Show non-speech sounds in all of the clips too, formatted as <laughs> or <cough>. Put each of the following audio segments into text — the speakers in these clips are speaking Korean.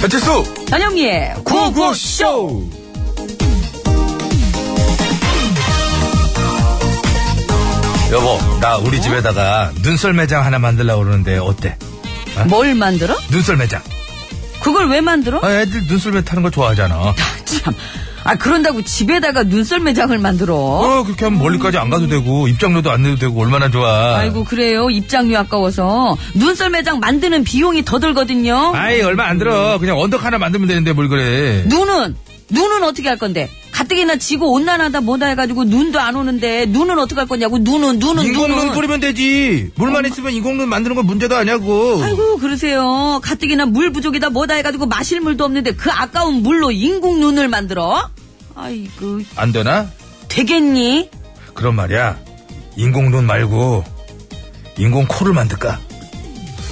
배칠수 전영미의 구호구쇼! 여보 나 우리 집에다가 눈썰 매장 하나 만들려고 그러는데 어때 뭘 만들어? 눈썰 매장 그걸 왜 만들어? 아, 애들 눈썰매 타는 거 좋아하잖아 어, 참. 아, 그런다고 집에다가 눈썰 매장을 만들어. 어 그렇게 하면 멀리까지 안 가도 되고 입장료도 안 내도 되고 얼마나 좋아 아이고, 그래요. 입장료 아까워서. 눈썰 매장 만드는 비용이 더 들거든요. 아이 얼마 안 들어 그냥 언덕 하나 만들면 되는데 뭘 그래 눈은, 눈은 어떻게 할 건데? 가뜩이나 지구 온난하다 뭐다 해가지고 눈도 안 오는데 눈은 어떻게 할 거냐고 눈은 눈은 인공눈 눈은 뿌리면 되지 물만 있으면 인공눈 만드는 건 문제도 아니고 아이고 그러세요 가뜩이나 물 부족이다 뭐다 해가지고 마실 물도 없는데 그 아까운 물로 인공 눈을 만들어 아이고 안 되나? 되겠니 그런 말이야. 인공 눈 말고 인공 코를 만들까?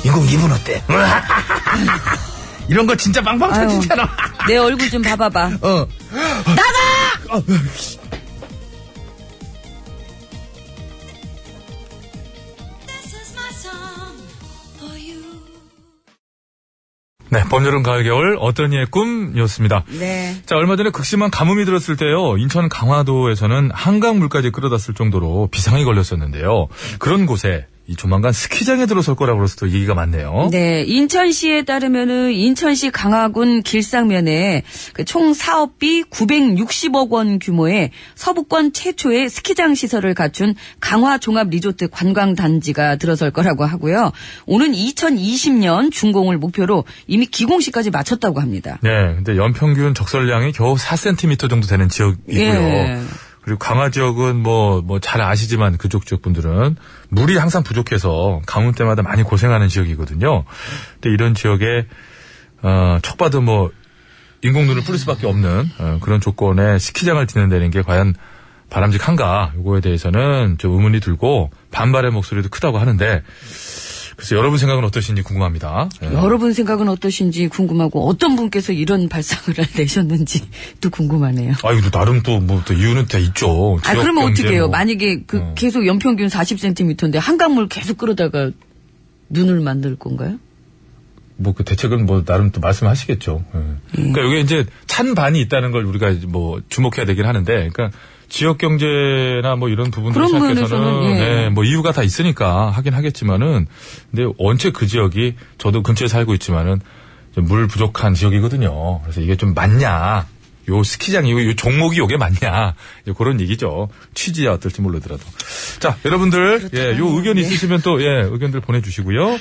인공 입은 <laughs> 어때? 이런 거 진짜 빵빵 아유. 터지잖아. 내 얼굴 좀 봐봐봐 어. 네, 봄여름 가을 겨울 어떤 이의 꿈이었습니다. 네 자, 얼마 전에 극심한 가뭄이 들었을 때요. 인천 강화도에서는 한강 물까지 끌어das을 정도로 비상이 걸렸었는데요. 그런 곳에 이 조만간 스키장에 들어설 거라고 그래서 또 얘기가 많네요. 네, 인천시에 따르면은 인천시 강화군 길상면에 그 총 사업비 960억 원 규모의 서부권 최초의 스키장 시설을 갖춘 강화 종합 리조트 관광 단지가 들어설 거라고 하고요. 오는 2020년 준공을 목표로 이미 기공식까지 마쳤다고 합니다. 네, 근데 연평균 적설량이 겨우 4cm 정도 되는 지역이고요. 예. 그리고 강화 지역은 뭐, 뭐 잘 아시지만 그쪽 지역분들은 물이 항상 부족해서 가뭄 때마다 많이 고생하는 지역이거든요. 근데 이런 지역에, 어, 척 봐도 뭐, 인공눈을 뿌릴 수밖에 없는 어, 그런 조건에 스키장을 짓는다는 게 과연 바람직한가, 요거에 대해서는 좀 의문이 들고 반발의 목소리도 크다고 하는데, 글쎄 여러분 생각은 어떠신지 궁금합니다. 예. 여러분 생각은 어떠신지 궁금하고 어떤 분께서 이런 <laughs> 발상을 내셨는지 또 궁금하네요. 아, 이거 나름 또, 뭐, 또 이유는 다 있죠. 아, 지역 그러면 경제 어떻게 해요? 뭐. 만약에 그 어. 계속 연평균 40cm인데 한강물 계속 끌어다가 눈을 만들 건가요? 뭐 그 대책은 뭐 나름 또 말씀하시겠죠. 예. 음. 그러니까 여기 이제 찬 반이 있다는 걸 우리가 이제 뭐 주목해야 되긴 하는데, 그러니까 지역 경제나 뭐 이런 부분들 그런 생각해서는 면에서는, 예. 네, 뭐 이유가 다 있으니까 하긴 하겠지만은, 근데 원체 그 지역이 저도 근처에 살고 있지만은 좀물 부족한 지역이거든요. 그래서 이게 좀 맞냐? 요 스키장이 요, 요 종목이 요게 맞냐? 이제 그런 얘기죠. 취지야 어떨지 모르더라도. 자, 여러분들 예, 요 의견 있으시면 또 예, 의견들 보내 주시고요.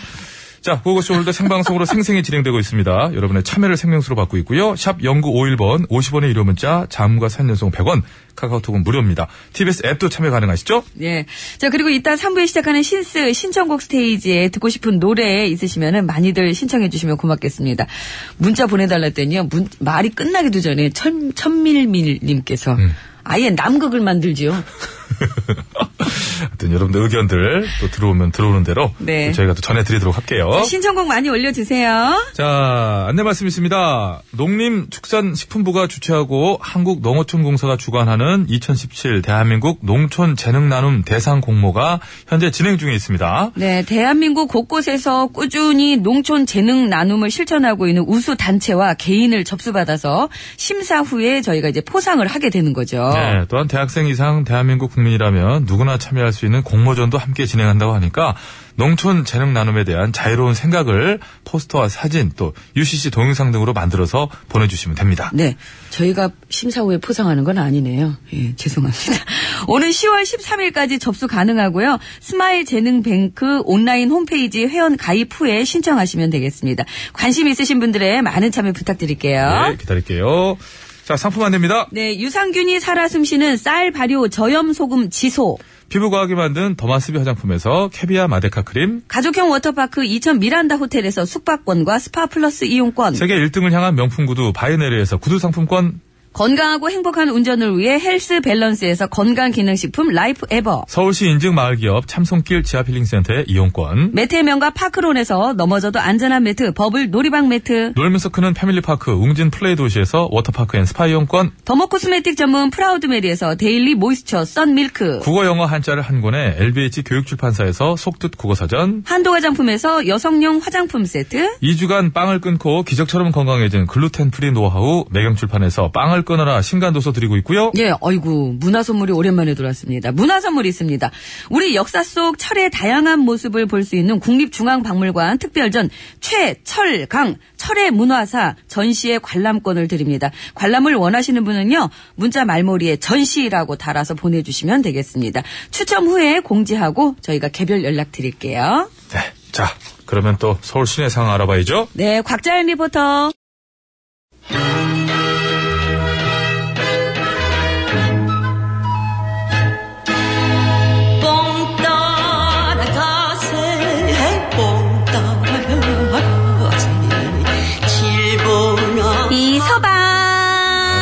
자, 그것이 오늘도 생방송으로 생생히 진행되고 있습니다. 여러분의 참여를 생명수로 받고 있고요. 샵 0951번 50원의 유료 문자, 자음과 산연송 100원, 카카오톡은 무료입니다. TBS 앱도 참여 가능하시죠? 예. 자, 그리고 이따 3부에 시작하는 신스 신청곡 스테이지에 듣고 싶은 노래 있으시면은 많이들 신청해 주시면 고맙겠습니다. 문자 보내달랬더니요. 문, 말이 끝나기도 전에 천, 천밀밀님께서 음. 아예 남극을 만들지요. <laughs> 하여튼 여러분들 의견들 또 들어오면 들어오는 대로 네. 또 저희가 또 전해드리도록 할게요. 신청곡 많이 올려주세요. 자, 안내 말씀 있습니다. 농림축산식품부가 주최하고 한국농어촌공사가 주관하는 2017 대한민국 농촌재능나눔 대상 공모가 현재 진행 중에 있습니다. 네, 대한민국 곳곳에서 꾸준히 농촌 재능 나눔을 실천하고 있는 우수 단체와 개인을 접수받아서 심사 후에 저희가 이제 포상을 하게 되는 거죠. 네, 또한 대학생 이상 대한민국 국민이라면 누구나 참여할 수 있는 공모전도 함께 진행한다고 하니까 농촌 재능 나눔에 대한 자유로운 생각을 포스터와 사진 또 UCC 동영상 등으로 만들어서 보내주시면 됩니다. 네. 저희가 심사 후에 포상하는 건 아니네요. 예, 죄송합니다. <laughs> 오는 10월 13일까지 접수 가능하고요. 스마일 재능뱅크 온라인 홈페이지 회원 가입 후에 신청하시면 되겠습니다. 관심 있으신 분들의 많은 참여 부탁드릴게요. 네, 기다릴게요. 자, 상품 안내입니다. 네, 유산균이 살아 숨쉬는 쌀 발효 저염 소금 지소. 피부과학이 만든 더마스비 화장품에서 캐비아 마데카 크림, 가족형 워터파크 이천 미란다 호텔에서 숙박권과 스파 플러스 이용권. 세계 1등을 향한 명품 구두 바이네리에서 구두 상품권, 건강하고 행복한 운전을 위해 헬스 밸런스에서 건강 기능식품 라이프 에버. 서울시 인증 마을기업 참손길 지하필링센터의 이용권, 매트의 명가 파크론에서 넘어져도 안전한 매트, 버블 놀이방 매트. 놀면서 크는 패밀리파크 웅진 플레이 도시에서 워터파크 앤 스파 이용권, 더모 코스메틱 전문 프라우드메리에서 데일리 모이스처 썬 밀크. 국어 영어 한자를 한 권에 LBH 교육출판사에서 속뜻 국어사전, 한도 화장품에서 여성용 화장품 세트. 2주간 빵을 끊고 기적처럼 건강해진 글루텐 프리 노하우 매경출판에서 빵을 끊어라 신간도서 드리고 있고요. 예, 어이구, 문화 선물이 오랜만에 들어왔습니다. 문화 선물이 있습니다. 우리 역사 속 철의 다양한 모습을 볼 수 있는 국립중앙박물관 특별전 최철강 철의 문화사 전시의 관람권을 드립니다. 관람을 원하시는 분은요, 문자 말머리에 전시라고 달아서 보내주시면 되겠습니다. 추첨 후에 공지하고 저희가 개별 연락 드릴게요. 네, 자 그러면 또 서울 시내 상황 알아봐야죠. 네, 곽자연 리포터. 뽕 따라가세 뽕 따라가세 길보나 이서방.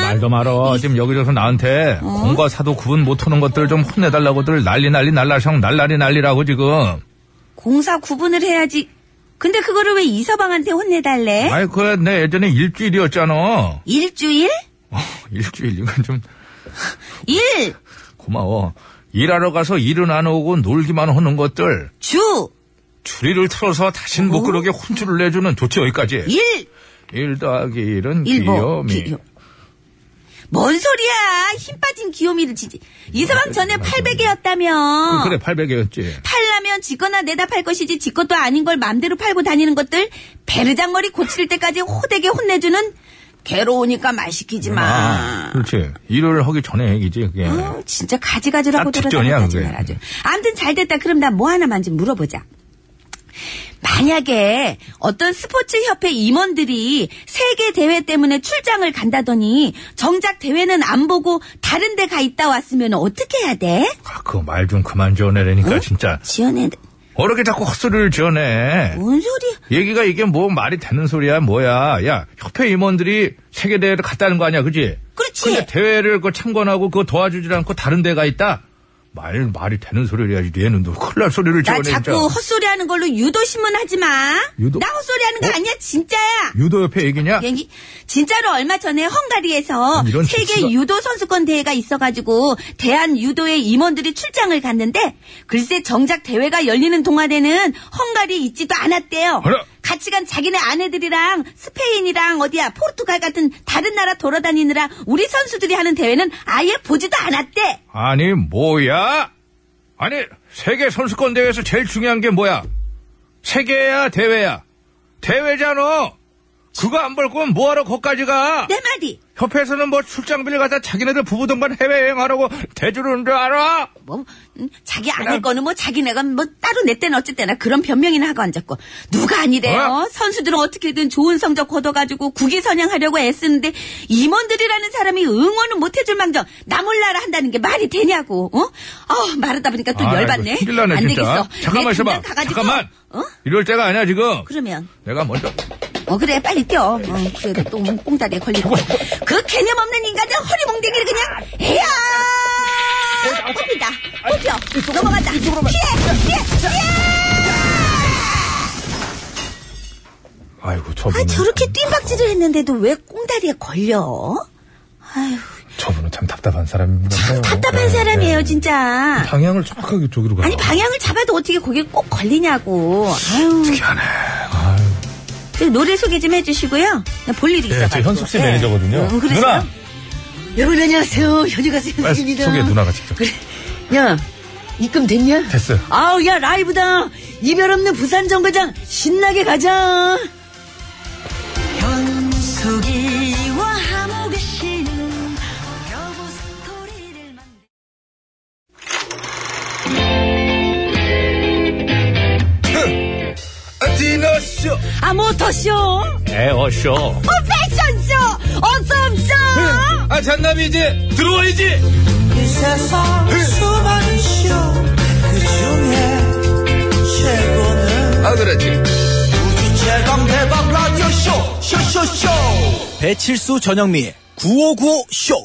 말도 말어. 지금 여기저기서 나한테 공과 사도 구분 못하는 것들 좀 혼내달라고들 난리 난리 날라성 날라리 난리라고 지금. 공사 구분을 해야지. 근데 그거를 왜 이서방한테 혼내달래? 아이 그 내 예전에 일주일이었잖아. 어, 일주일? <laughs> 일주일 이건 좀 일, 고마워. 일하러 가서 일은 안 오고 놀기만 하는 것들 주, 추리를 틀어서 다신 못 그러게 혼쭐을 내주는 조치 여기까지. 일, 일 더하기 일은 일보. 뭐? 귀요미. 기- 뭔 소리야? 힘 빠진 귀요미를 지지. 이서방 전에 800이었다며. 그래 800이었지. 팔려면 지거나 내다 팔 것이지 지 것도 아닌 걸 맘대로 팔고 다니는 것들 베르장머리 고칠 때까지 호되게 혼내주는 괴로우니까 말 시키지 마. 아, 그렇지. 일을 하기 전에 얘기지 그게. 어, 진짜 가지가지라고 예. 딱 직전이야, 들어다니지 그게. 말아줘. 아무튼 잘 됐다. 그럼 나 뭐 하나만 좀 물어보자. 만약에 어떤 스포츠 협회 임원들이 세계 대회 때문에 출장을 간다더니 정작 대회는 안 보고 다른 데 가 있다 왔으면 어떻게 해야 돼? 아, 그거 말 좀 그만 지어내라니까 진짜. 지연해. 어렵게 자꾸 헛소리를 지어내. 뭔 소리야? 얘기가 이게 뭐 말이 되는 소리야 뭐야. 야 협회 임원들이 세계대회를 갔다는 거 아니야 그지? 그렇지. 근데 대회를 그 참관하고 그거 도와주질 않고 다른 데가 있다? 말, 말이 되는 소리를 해야지. 얘는 너 큰일 날 소리를 나 지어내, 진짜. 자꾸 헛소리 하는 걸로 유도신문 하지 마. 유도? 나 헛소리 하는 거 어? 아니야, 진짜야. 유도 협회 <laughs> 얘기냐? 얘기 진짜로 얼마 전에 헝가리에서 아니, 음, 이런 세계 조치가- 유도 선수권 대회가 있어가지고 대한 유도회 임원들이 출장을 갔는데 글쎄 정작 대회가 열리는 동안에는 헝가리 있지도 않았대요. 어라? 같이 간 자기네 아내들이랑 스페인이랑 어디야 포르투갈 같은 다른 나라 돌아다니느라 우리 선수들이 하는 대회는 아예 보지도 않았대. 아니, 뭐야? 아니, 세계 선수권 대회에서 제일 중요한 게 뭐야? 세계야, 대회야? 대회잖아! 그거 안 볼 거면 뭐하러 거기까지 가? 내 말이 협회에서는 뭐 출장비를 갖다 자기네들 부부 동반 해외여행하라고 대주는 줄 알아? 뭐 음, 자기 아내 거는 뭐 자기네가 뭐 따로 내 때는 어쨌거나 그런 변명이나 하고 앉았고 누가 아니래요 어? 선수들은 어떻게든 좋은 성적 거둬가지고 국위선양하려고 애쓰는데 임원들이라는 사람이 응원은 못 해줄 망정 나 몰라라 한다는 게 말이 되냐고 어? 어 말하다 보니까 또 아이고, 열받네 큰일 나네, 안 진짜. 되겠어 잠깐만 내 있어봐. 당장 가가지고, 잠깐만. 어? 이럴 때가 아니야, 지금. 그러면 내가 먼저. 어 그래 빨리 뛰어 어, 그래도 또 꽁다리에 걸리고 그 개념 없는 인간들 허리몽댕이를 그냥 해야 뽑힌다 뽑혀 넘어간다 피해 피해 아이고 저분. 아 저렇게 뜀박질을 했는데도 왜 꽁다리에 걸려 아휴 저분은 참 답답한 사람입니다. 네, 답답한 사람이에요 진짜 방향을 정확하게 저기로 가요. 아니 방향을 잡아도 어떻게 거기 꼭 걸리냐고 아유 특이하네. 저그 노래 소개 좀 해주시고요 나 볼 일이 네, 있어가지고 저 현숙 씨 예. 매니저거든요. 음, 그러세요? 누나 여러분 안녕하세요 현우가 빨리 선생입니다 소개 누나가 직접. 그래. 야, 입금 됐냐? 됐어요. 아우 야 라이브다. 이별 없는 부산 정거장 신나게 가자. 현숙이와 함옥의 신은 여보 스토리를 만 디너쇼 아 모터쇼, 어 에어쇼 패션쇼, 어썸쇼. 네. 아 잔남이 이제 들어와야지 이 세상 수많은 쇼그 중에 최고는 아 그렇지 우주 최강 대박 라디오 쇼 쇼쇼쇼 배칠수 전영미의 9595 쇼.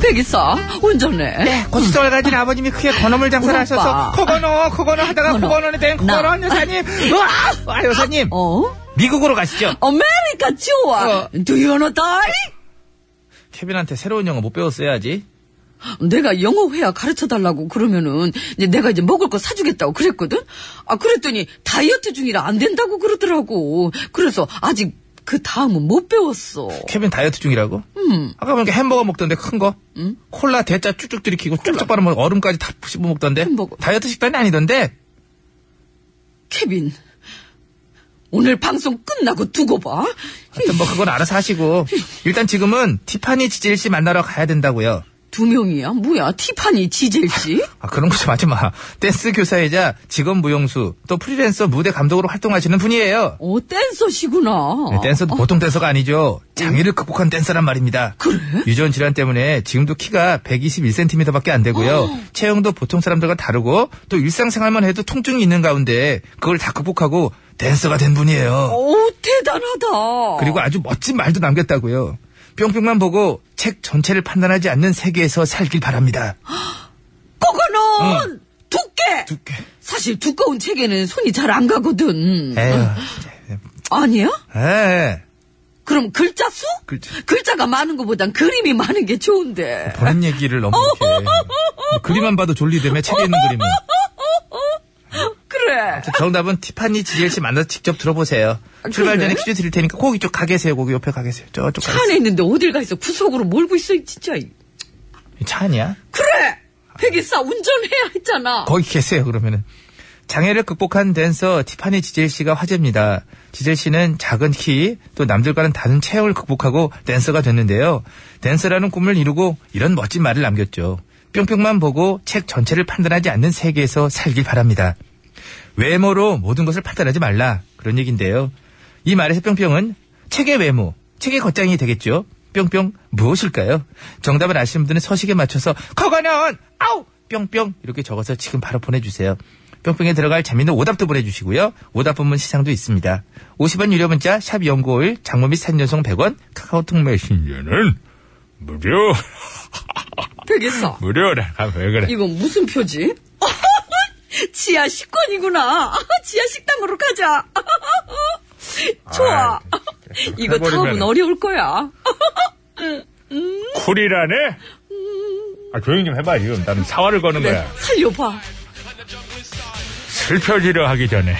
백이사 운전해. 네. 고추장을 가진 아버님이 크게 건어물 장사를 우리 하셔서 아빠. 코건어 코건어 하다가 코건어. 코건어는 된 나. 코건어 여사님 으아! 아 여사님 어? 미국으로 가시죠 아메리카 좋아. 어. Do you know die? 케빈한테 새로운 영어 못 배웠어야지 내가 영어 회화 가르쳐 달라고 그러면은 이제 내가 이제 먹을 거 사주겠다고 그랬거든. 아 그랬더니 다이어트 중이라 안 된다고 그러더라고. 그래서 아직 그 다음은 못 배웠어. 케빈 다이어트 중이라고 음. 아까 보니까 햄버거 먹던데 큰거 콜라 대짜 쭉쭉 들이키고 쭉쭉 빨아먹 얼음까지 다 씹어 먹던데 햄버거. 다이어트 식단이 아니던데 케빈, 오늘 방송 끝나고 두고 봐. 하여튼 뭐 그건 알아서 <laughs> 하시고 일단 지금은 티파니 지질 씨 만나러 가야 된다고요 두 명이야. 뭐야? 티파니 <laughs> 지젤 씨? 아, 그런 거좀 하지 마. <laughs> 댄스 교사이자 직업 무용수, 또 프리랜서 무대 감독으로 활동하시는 분이에요. 어 댄서시구나. 네, 댄서도 보통 댄서가 아니죠. 장애를 극복한 댄서란 말입니다. 예. 그래? 유전 질환 때문에 지금도 키가 121cm밖에 안 되고요. 체형도 보통 사람들과 다르고 또 일상생활만 해도 통증이 있는 가운데 그걸 다 극복하고 댄서가 된 분이에요. 오 대단하다. 그리고 아주 멋진 말도 남겼다고요. 뿅뿅만 보고 책 전체를 판단하지 않는 세계에서 살길 바랍니다. 그거는 두께. 두께. 사실 두꺼운 책에는 손이 잘 안 가거든. 에휴. 아니야? 에. 그럼 글자 수? 글자. 가 많은 것보단 그림이 많은 게 좋은데. 보는 얘기를 <laughs> 너무 이렇게 뭐 그림만 봐도 졸리다며 책에 있는 그림은 그래. 자, 정답은 티파니 지젤씨 만나서 직접 들어보세요 출발 전에 퀴즈 드릴 테니까 꼭 이쪽 가 계세요 거기 옆에 가 계세요 저쪽 가 차 계세요 안에 있는데 어딜 가 있어? 구석으로 몰고 있어 진짜. 차 아니야? 그래. 백이사 운전해야 했잖아. 거기 계세요 그러면은 장애를 극복한 댄서 티파니 지젤씨가 화제입니다 지젤씨는 작은 키 또 남들과는 다른 체형을 극복하고 댄서가 됐는데요 댄서라는 꿈을 이루고 이런 멋진 말을 남겼죠 뿅뿅만 보고 책 전체를 판단하지 않는 세계에서 살길 바랍니다 외모로 모든 것을 판단하지 말라 그런 얘기인데요. 이 말에서 뿅뿅은 책의 외모, 책의 겉장이 되겠죠. 뿅뿅 무엇일까요? 정답을 아시는 분들은 서식에 맞춰서 그거는 아우 뿅뿅 이렇게 적어서 지금 바로 보내주세요. 뿅뿅에 들어갈 재밌는 오답도 보내주시고요. 오답 부문 시상도 있습니다. 50원 유료 문자 샵 연구일 장모 및 산연송 100원 카카오톡 메신저는 <laughs> 무료, 백이사. 무료라. 왜 그래. 이건 무슨 표지? <laughs> 지하 식권이구나. <laughs> 지하 식당으로 가자. <laughs> 좋아. 이거 해버리면은. 다음은 어려울 거야. 쿨이라네? 아, 조용히 좀 해봐, 지금. 나는 사활을 거는 거야. 살려봐. 슬퍼지려 하기 전에.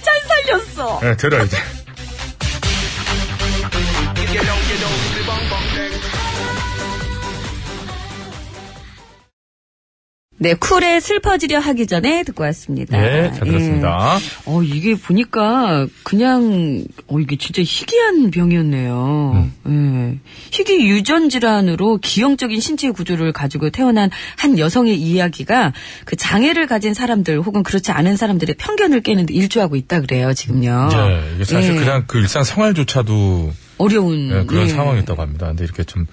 잘 살렸어. 예, 들어, 이제. 네, 쿨에 슬퍼지려 하기 전에 듣고 왔습니다. 예, 잘 들었습니다. 예. 어, 이게 보니까 그냥, 어, 이게 진짜 희귀한 병이었네요. 음. 예. 희귀 유전 질환으로 기형적인 신체 구조를 가지고 태어난 한 여성의 이야기가 그 장애를 가진 사람들 혹은 그렇지 않은 사람들의 편견을 깨는 데 일조하고 있다 그래요, 지금요. 예, 이게 사실 예, 그냥 그 일상 생활조차도 어려운 예, 그런 예. 상황이었다고 합니다. 근데 이렇게 좀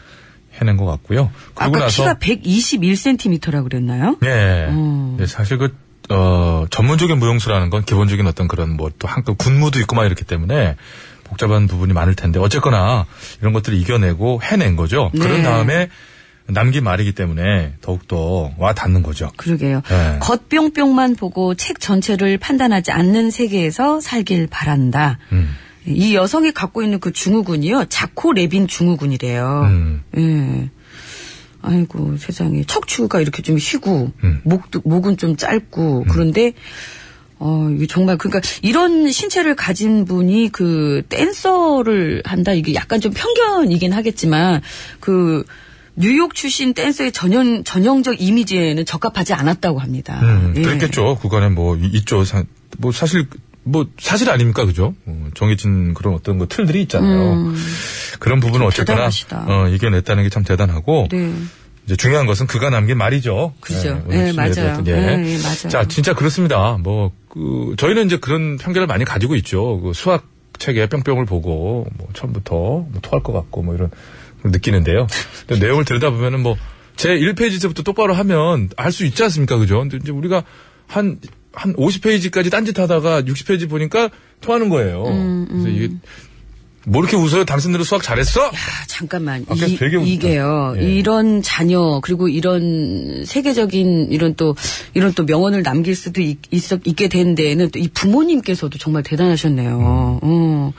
해낸 것 같고요. 그리고 아까 나서. 키가 121cm라 그랬나요? 예. 음. 예, 사실 그, 어, 전문적인 무용수라는 건 기본적인 어떤 그런 뭐 또 한급 군무도 있고 막 이렇기 때문에 복잡한 부분이 많을 텐데 어쨌거나 이런 것들을 이겨내고 해낸 거죠. 네. 그런 다음에 남긴 말이기 때문에 더욱더 와 닿는 거죠. 그러게요. 예. 겉뿅뿅만 보고 책 전체를 판단하지 않는 세계에서 살길 바란다. 음. 이 여성이 갖고 있는 그 증후군이요. 자코 레빈 증후군이래요. 음. 예. 아이고 세상에 척추가 이렇게 좀 휘고 음. 목도 목은 좀 짧고 그런데 어 이게 정말 그러니까 이런 신체를 가진 분이 그 댄서를 한다 이게 약간 좀 편견이긴 하겠지만 그 뉴욕 출신 댄서의 전형 전형적 이미지에는 적합하지 않았다고 합니다. 음, 예. 그랬겠죠. 그간에 뭐 이- 있죠. 사- 뭐 사실 뭐 사실 아닙니까 그죠? 어, 정해진 그런 어떤 뭐 틀들이 있잖아요. 그런 부분은 어쨌거나 음. 대단하시다. 어, 이겨냈다는 게 참 대단하고 네. 이제 중요한 것은 그가 남긴 말이죠. 그죠. 오늘 예, 열심히 맞아요. 해드렸던, 예. 예, 예, 맞아요. 자, 진짜 그렇습니다. 뭐, 그, 저희는 이제 그런 편견을 많이 가지고 있죠. 그 수학 책에 뿅뿅을 보고, 뭐, 처음부터 뭐 토할 것 같고, 뭐, 이런, 걸 느끼는데요. 근데 내용을 들여다보면은 뭐, 제 1페이지부터 똑바로 하면 알 수 있지 않습니까? 그죠? 근데 이제 우리가 한, 한 50페이지까지 딴짓 하다가 60페이지 보니까 토하는 거예요. 음, 그래서 이게, 뭐 이렇게 웃어요? 당신들은 수학 잘했어? 아, 잠깐만. 아까 이, 되게 웃다. 이게요. 예. 이런 자녀, 그리고 이런 세계적인 이런 또, 이런 또 명언을 남길 수도 있, 있, 있게 된 데에는 또 이 부모님께서도 정말 대단하셨네요. 음. 어.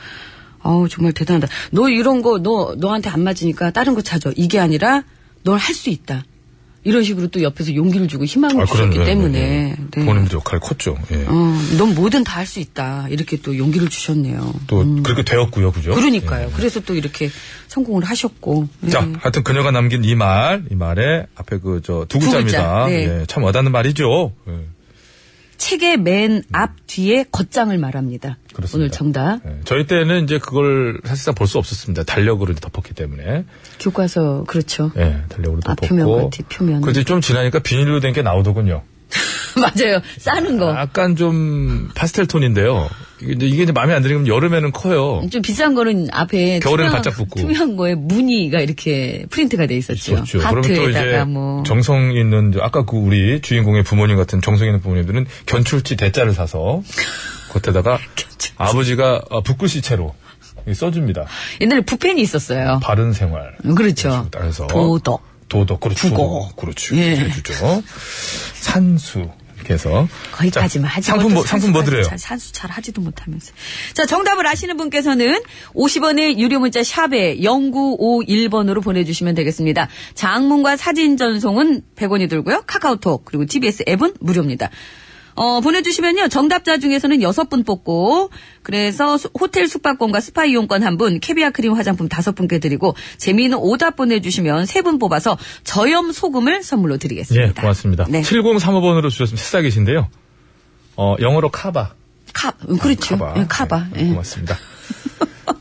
아우, 정말 대단하다. 너 이런 거, 너, 너한테 안 맞으니까 다른 거 찾아. 이게 아니라 널 할 수 있다. 이런 식으로 또 옆에서 용기를 주고 희망을 아, 주셨기 그러네요. 때문에. 예. 네. 부모님들 역할이 컸죠. 예. 어, 넌 뭐든 다 할 수 있다. 이렇게 또 용기를 주셨네요. 음. 또 그렇게 되었고요, 예. 그죠? 그러니까요. 음. 그래서 또 이렇게 성공을 하셨고. 예. 자, 하여튼 그녀가 남긴 이 말, 이 말에 앞에 그 저 두 두 글자입니다. 글자, 네. 예, 참 와닿는 말이죠. 예, 책의 맨 앞 뒤에 겉장을 말합니다. 그렇습니다. 오늘 정답. 예, 저희 때는 이제 그걸 사실상 볼 수 없었습니다. 달력으로 이제 덮었기 때문에 교과서 그렇죠. <laughs> 예, 달력으로 아, 덮었고. 표면과 뒤 표면. 그지 좀 지나니까 비닐로 된 게 나오더군요. 맞아요. 싸는 거. 약간 좀 파스텔 톤인데요. 이게 이제, 이게 이제 마음에 안 들면 여름에는 커요. 좀 비싼 거는 앞에 겨울에는 투명한- 바짝 붙고. 투명한 거에 무늬가 이렇게 프린트가 돼 있었죠. 있었죠. 그러면 또 이제 하트에다가 뭐 정성 있는 이제 아까 그 우리 주인공의 부모님 같은 정성 있는 부모님들은 견출지 대자를 사서 <laughs> 겉에다가 아버지가 어, 북글씨체로 이렇게 써줍니다. 옛날에 부펜이 있었어요. 바른 생활. 그렇죠. 그래서 도덕. 도덕 그렇죠. 국어. 그렇죠. 예. 해주죠. 산수. 이렇게 해서 거기까지만 하지 상품 뭐 그것도 상품 뭐 산수까지 드려요? 잘, 산수 잘 하지도 못하면서. 자, 정답을 아시는 분께서는 50원의 유료 문자 샵에 0951번으로 보내주시면 되겠습니다. 장문과 사진 전송은 100원이 들고요. 카카오톡, 그리고 TBS 앱은 무료입니다. 어, 보내주시면요. 정답자 중에서는 6분 뽑고, 그래서 수- 호텔 숙박권과 스파 이용권 1분, 캐비아 크림 화장품 5분께 드리고, 재미있는 오답 보내주시면 3분 뽑아서 저염 소금을 선물로 드리겠습니다. 예, 고맙습니다. 네. 7035번으로 주셨습니다. 새싹이신데요. 어, 영어로 카바. 카, 음, 그렇죠. 카바. 예, 카바. 네, 예. 네. 고맙습니다.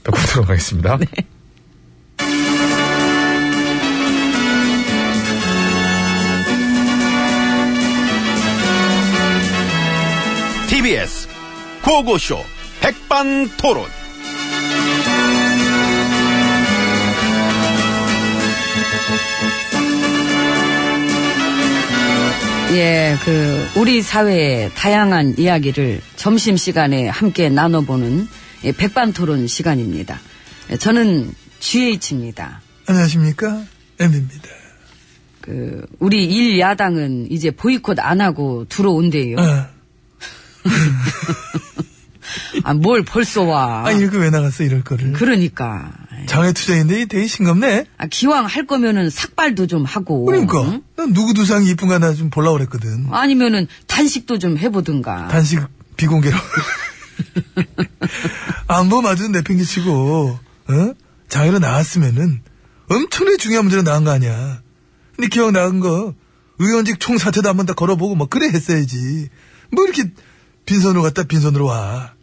뵙고 <laughs> 들어가겠습니다. TBS 고고쇼 백반토론. 예, 그 우리 사회의 다양한 이야기를 점심 시간에 함께 나눠보는 예, 백반토론 시간입니다. 예, 저는 GH입니다. 안녕하십니까? 엠비입니다. 그 우리 일 야당은 이제 보이콧 안 하고 들어온대요. 아. 아, 뭘 벌써 와? 아, 이렇게 왜 나갔어, 이럴 거를. 그러니까 장외투쟁인데 되게 싱겁네? 아, 기왕 할 거면은 삭발도 좀 하고. 그러니까. 응? 난 누구 두상이 이쁜가 나 좀 보려고 그랬거든. 음. 아니면은 단식도 좀 해보든가. 단식 <laughs> 비공개로. 안 보면 아주 내팽개치고, 어? 장애로 나왔으면은 엄청나게 중요한 문제로 나온 거 아니야. 근데 기억 나은 거, 의원직 총사퇴도 한번 다 걸어보고 뭐 그래 했어야지. 뭐 이렇게 빈손으로 갔다 빈손으로 와.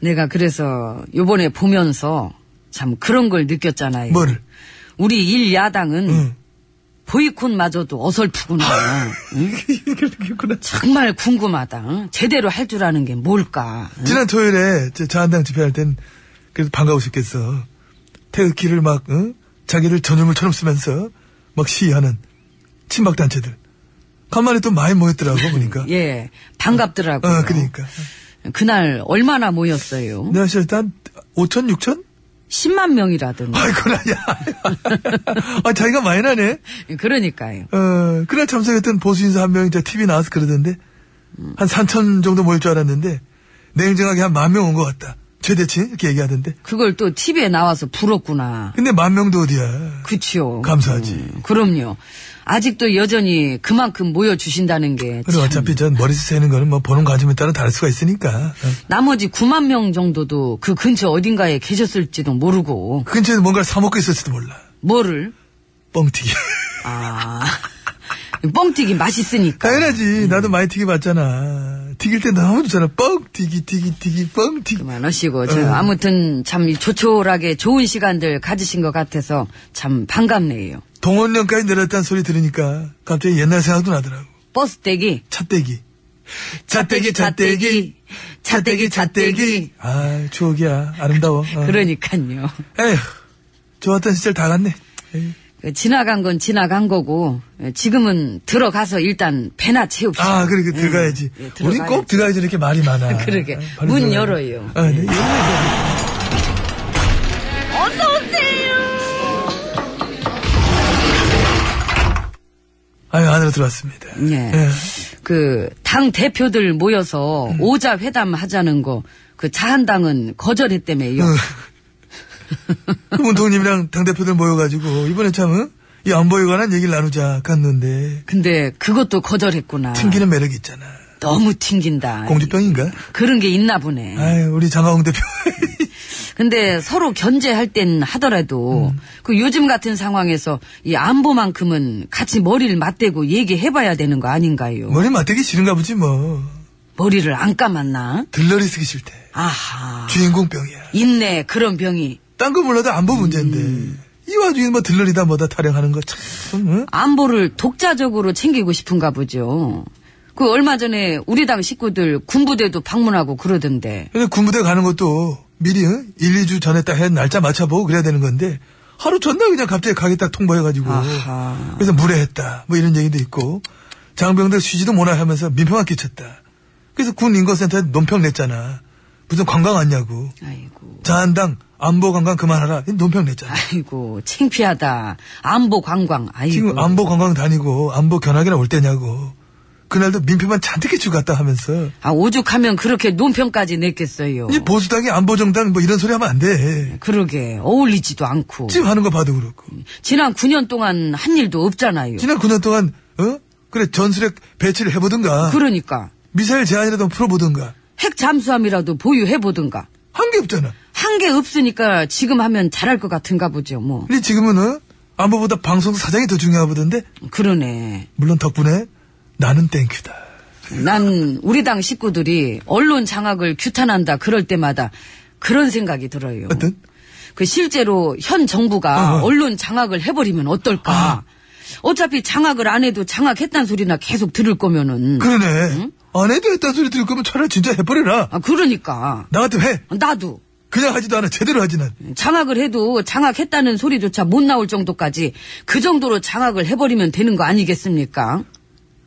내가 그래서 요번에 보면서 참 그런 걸 느꼈잖아요. 뭐를? 우리 일 야당은 응. 보이콧마저도 <laughs> 어설프구나. 응? 정말 궁금하다. 응? 제대로 할 줄 아는 게 뭘까? 응? 지난 토요일에 저 자한당 집회할 땐 그래도 반가우셨겠어. 태극기를 막 어? 자기를 전유물처럼 쓰면서 막 시위하는 친박 단체들. 간만에 또 많이 모였더라고 보니까. <laughs> 예, 반갑더라고요. 어, 그러니까. 네. 날 얼마나 모였어요? 내가 사실 한 5천, 6천? 10만 명이라더니. 아이고, 나야. <laughs> 아, 자기가 많이 나네. 그러니까요. 어, 그날 참석했던 보수인사 한 명이 제 TV 나와서 그러던데, 한 3천 정도 모일 줄 알았는데, 냉정하게 한 만 명 온 것 같다. 최대치 이렇게 얘기하던데. 그걸 또 TV에 나와서 불었구나. 근데 만 명도 어디야. 그치요. 감사하지. 음, 그럼요. 아직도 여전히 그만큼 모여주신다는 게. 그리고 참. 어차피 전 머리수 세는 거는 뭐 보는 관점에 따라 다를 수가 있으니까. 그 나머지 9만 명 정도도 그 근처 어딘가에 계셨을지도 모르고. 그 근처에서 뭔가를 사먹고 있을지도 몰라. 뭐를? 뻥튀기. <laughs> 아. <laughs> 뻥튀기 맛있으니까. 음. 당연하지. 나도 많이 튀겨봤잖아. 튀길 때 너무 좋잖아. 뻥튀기, 튀기, 튀기, 뻥튀기. 그만하시고, 저 어. 아무튼 참 조촐하게 좋은 시간들 가지신 것 같아서 참 반갑네요. 동원령까지 내렸다는 소리 들으니까 갑자기 옛날 생각도 나더라고. 버스 떼기. 찻대기. 찻대기, 찻대기. 찻대기, 찻대기. 아, 추억이야. 아름다워. 어. 그러니까요. 에휴, 좋았던 시절 다 갔네. 에휴. 그 지나간 건 지나간 거고 예, 지금은 들어가서 일단 배나 채웁시다. 아, 그래, 그, 들어가야지. 예, 들어가야지. 우린 꼭 들어가야지 이렇게 말이 많아. <laughs> 그러게. 발로 문 들어가야. 열어요. 아, 네. 열어요. 아유, 안으로 들어왔습니다. 예. 예. 그 당 대표들 모여서 음. 오자 회담 하자는 거 그 자한당은 거절했다며요. 음. 그 문통님이랑 당대표들 모여가지고, 이번에 참, 어? 이 안보에 관한 얘기를 나누자 갔는데, 근데 그것도 거절했구나. 튕기는 매력이 있잖아. 너무 튕긴다. 공주병인가? 그런 게 있나 보네. 아유, 우리 장하홍 대표. <laughs> 근데 서로 견제할 땐 하더라도 음. 그 요즘 같은 상황에서 이 안보만큼은 같이 머리를 맞대고 얘기해봐야 되는 거 아닌가요? 머리 맞대기 싫은가 보지, 뭐. 머리를 안 감았나? 들러리 쓰기 싫대. 아하. 주인공 병이야. 있네, 그런 병이. 딴 거 몰라도 안보 문제인데. 음. 이 와중에 뭐 들러리다 뭐다 타령하는 거 참, 응? 안보를 독자적으로 챙기고 싶은가 보죠. 그 얼마 전에 우리 당 식구들 군부대도 방문하고 그러던데. 근데 군부대 가는 것도 미리, 응? 1, 2주 전에 딱 해, 날짜 맞춰보고 그래야 되는 건데, 하루 전날 그냥 갑자기 가겠다 통보해가지고. 아하. 그래서 무례했다. 뭐 이런 얘기도 있고. 장병들 쉬지도 못하 하면서 민폐만 끼쳤다. 그래서 군 인권센터에 논평 냈잖아. 무슨 관광 왔냐고. 아이고. 자한당 안보 관광 그만하라. 이 논평 냈잖아. 아이고, 창피하다. 안보 관광. 아이고. 지금 안보 관광 다니고 안보 견학이나 올 때냐고. 그날도 민폐만 잔뜩 끼치고 갔다 하면서 아, 오죽하면 그렇게 논평까지 냈겠어요. 이 보수당이 안보정당 뭐 이런 소리 하면 안 돼. 그러게, 어울리지도 않고. 지금 하는 거 봐도 그렇고. 음, 지난 9년 동안 한 일도 없잖아요. 지난 9년 동안 어? 그래 전술핵 배치를 해보든가 그러니까, 미사일 제한이라도 풀어보든가 핵 잠수함이라도 보유해보든가. 한 게 없잖아. 한 게 없으니까 지금 하면 잘할 것 같은가 보죠, 뭐. 근데 지금은 어? 안보보다 방송 사장이 더 중요하보던데 그러네. 물론 덕분에 나는 땡큐다. 난 우리 당 식구들이 언론 장악을 규탄한다 그럴 때마다 그런 생각이 들어요. 어떤? 어, 그 실제로 현 정부가 언론 장악을 해버리면 어떨까. 아. 어차피 장악을 안 해도 장악했단 소리나 계속 들을 거면은. 그러네. 안 해도 했다는 소리 들을 거면 차라리 진짜 해버려라. 아, 그러니까. 나 같으면 해. 나도. 그냥 하지도 않아. 제대로 하지는. 장악을 해도 장악했다는 소리조차 못 나올 정도까지 그 정도로 장악을 해버리면 되는 거 아니겠습니까?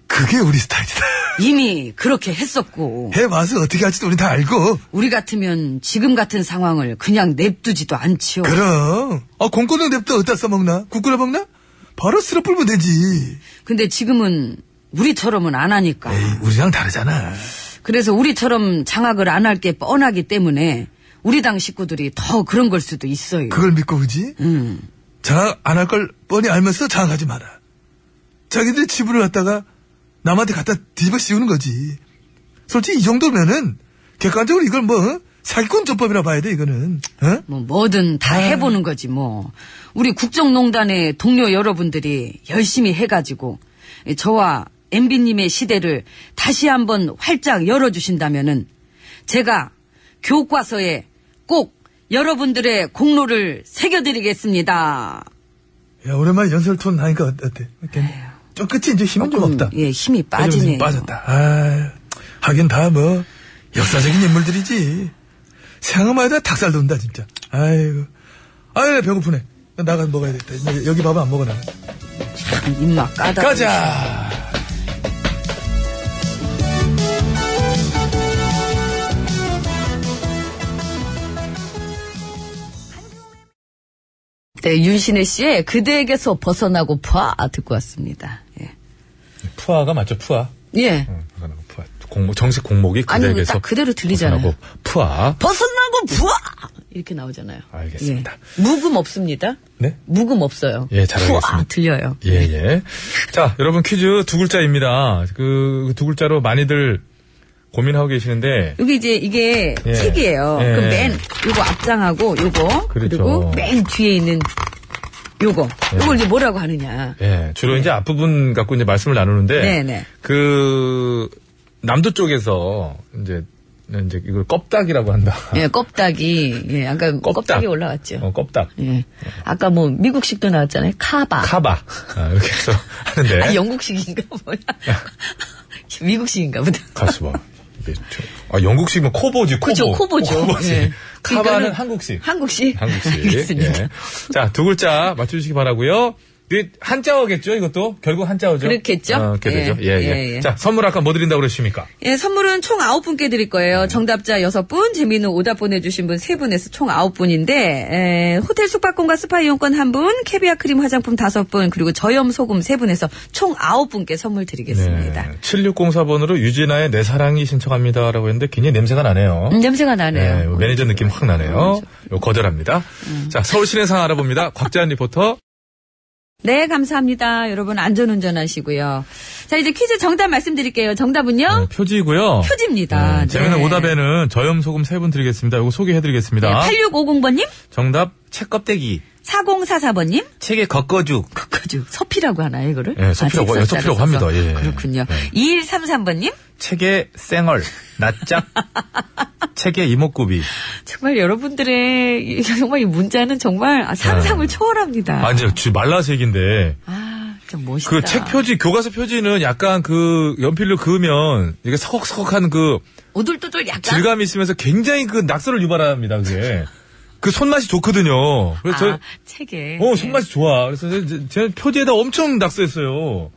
그게 우리 스타일이다. <laughs> 이미 그렇게 했었고. 해봐서 어떻게 할지도 우리 다 알고. 우리 같으면 지금 같은 상황을 그냥 냅두지도 그렇죠. 않지요. 그럼. 아, 공권력 냅다 어디다 써먹나? 국구려 먹나? 바로 쓸어 불면 되지. 근데 지금은 우리처럼은 안 하니까. 에이, 우리랑 다르잖아. 그래서 우리처럼 장악을 안 할 게 뻔하기 때문에 우리 당 식구들이 더 그런 걸 수도 있어요. 그걸 믿고 그지? 음. 장악 안 할 걸 뻔히 알면서 장악하지 마라. 자기들 지불을 갖다가 남한테 갖다 뒤집어 씌우는 거지. 솔직히 이 정도면은 객관적으로 이걸 뭐 어? 사기꾼 조법이라 봐야 돼 이거는. 어? 뭐 뭐든 다 해보는 거지 뭐. 우리 국정농단의 동료 여러분들이 열심히 해가지고 저와 MB님의 시대를 다시 한번 활짝 열어주신다면은 제가 교과서에 꼭 여러분들의 공로를 새겨드리겠습니다. 야 오랜만에 연설 톤 하니까 어때? 어때? 좀 끝이 이제 힘은 좀 없다. 예, 힘이 왜냐면 빠지네요. 지금 빠졌다. 아, 하긴 다 뭐 역사적인 인물들이지. 생각만 해도 닭살 돋는다 진짜. 아이고, 아유 배고프네. 나 나가서 먹어야 겠다 여기 밥은 안 먹어 나. 입맛 까다. 가자. 네, 윤신혜 씨의 그대에게서 벗어나고 파 듣고 왔습니다. 예. 푸아가 맞죠, 푸아. 예. 응, 벗어나고 푸아. 공모, 정식 공목이 아니, 음, 그대에게서 딱 그대로 들리잖아요. 벗어나고 푸아. 벗어나고 무구 부하! 이렇게 나오잖아요. 알겠습니다. 예. 무금 없습니다. 네? 무금 없어요. 예, 잘 부하! 알겠습니다. 들려요. 예, 예. 자, 여러분 퀴즈 두 글자입니다. 그, 두 글자로 많이들 고민하고 계시는데, 여기 이제 이게 예. 책이에요. 예. 그럼 맨 요거 앞장하고 요거 그 그렇죠. 리고맨 뒤에 있는 요거 요걸 이제 뭐라고 하느냐. 예, 주로 이제 앞부분 갖고 이제 말씀을 나누는데, 네. 네네. 그, 남도 쪽에서 이제, 이제 이걸 껍닥이라고 한다. 예, 껍데기. 예, 아까 껍데기 올라왔죠. 아. 어, 껍닥. 예. 아까 뭐 미국식도 나왔잖아요. 카바. 카바. 아, 이렇게 해서 하는데. 아, 영국식인가 뭐야. <laughs> 미국식인가 보다. 가수 봐. 이게 좀- 아, 영국식이면 코보지, 코보. 그죠, 코보죠. 코보지. 예. 카바는 그러니까는 <laughs> 한국식. 한국식. 한국식. 알겠습니다. 예. 자, 두 글자 맞춰주시기 바라고요 이게 한자어겠죠, 이것도? 결국 한자어죠? 그렇겠죠? 어, 그렇게 예. 되죠. 예, 예. 예, 예. 자, 선물 아까 뭐 드린다고 그러십니까? 예, 선물은 총 9분께 드릴 거예요. 정답자 6분, 재미있는 오답 보내주신 분 3분에서 총 9분인데, 예, 호텔 숙박권과 스파 이용권 1분, 캐비아 크림 화장품 5분, 그리고 저염 소금 3분에서 총 9분께 선물 드리겠습니다. 7604번으로 네. 유진아의 내 사랑이 신청합니다. 라고 했는데 굉장히 냄새가 나네요. 음, 냄새가 나네요. 음, 네, 매니저 느낌 확 나네요. 요 거절합니다. 자, 서울 시내 상황 알아봅니다. 곽재한 리포터. 네, 감사합니다. 여러분 안전운전 하시고요. 자, 이제 퀴즈 정답 말씀드릴게요. 정답은요? 네, 표지고요. 어? 표지입니다. 네, 재미있는 네. 오답에는 저염 소금 세 분 드리겠습니다. 이거 네, 소개해드리겠습니다. 8650번님, 정답 책 껍데기. 4044번님, 책의 겉거죽. 그거죠. 서피라고 하나요, 이거를? 예, 서피라고, 아, 예, 서피라고 색소자를 써서. 합니다. 예. 그렇군요. 예. 2133번님, 책의 쌩얼. <laughs> 낯짝. 책의 이목구비. 정말 여러분들의, 이- 정말 이 문자는 정말 아, 상상을 초월합니다. 아, 아, 이제 주- 말라색인데 좀 멋있다. 그 책 표지 교과서 표지는 약간 그 연필로 그으면 이게 서걱서걱한 그 오돌토돌 약간. 질감이 있으면서 굉장히 그 낙서를 유발합니다. 그게 그 손맛이 좋거든요. 아, 그래서 저 책에. 어, 예. 손맛이 좋아. 그래서 제- 제가 표지에다 엄청 낙서했어요.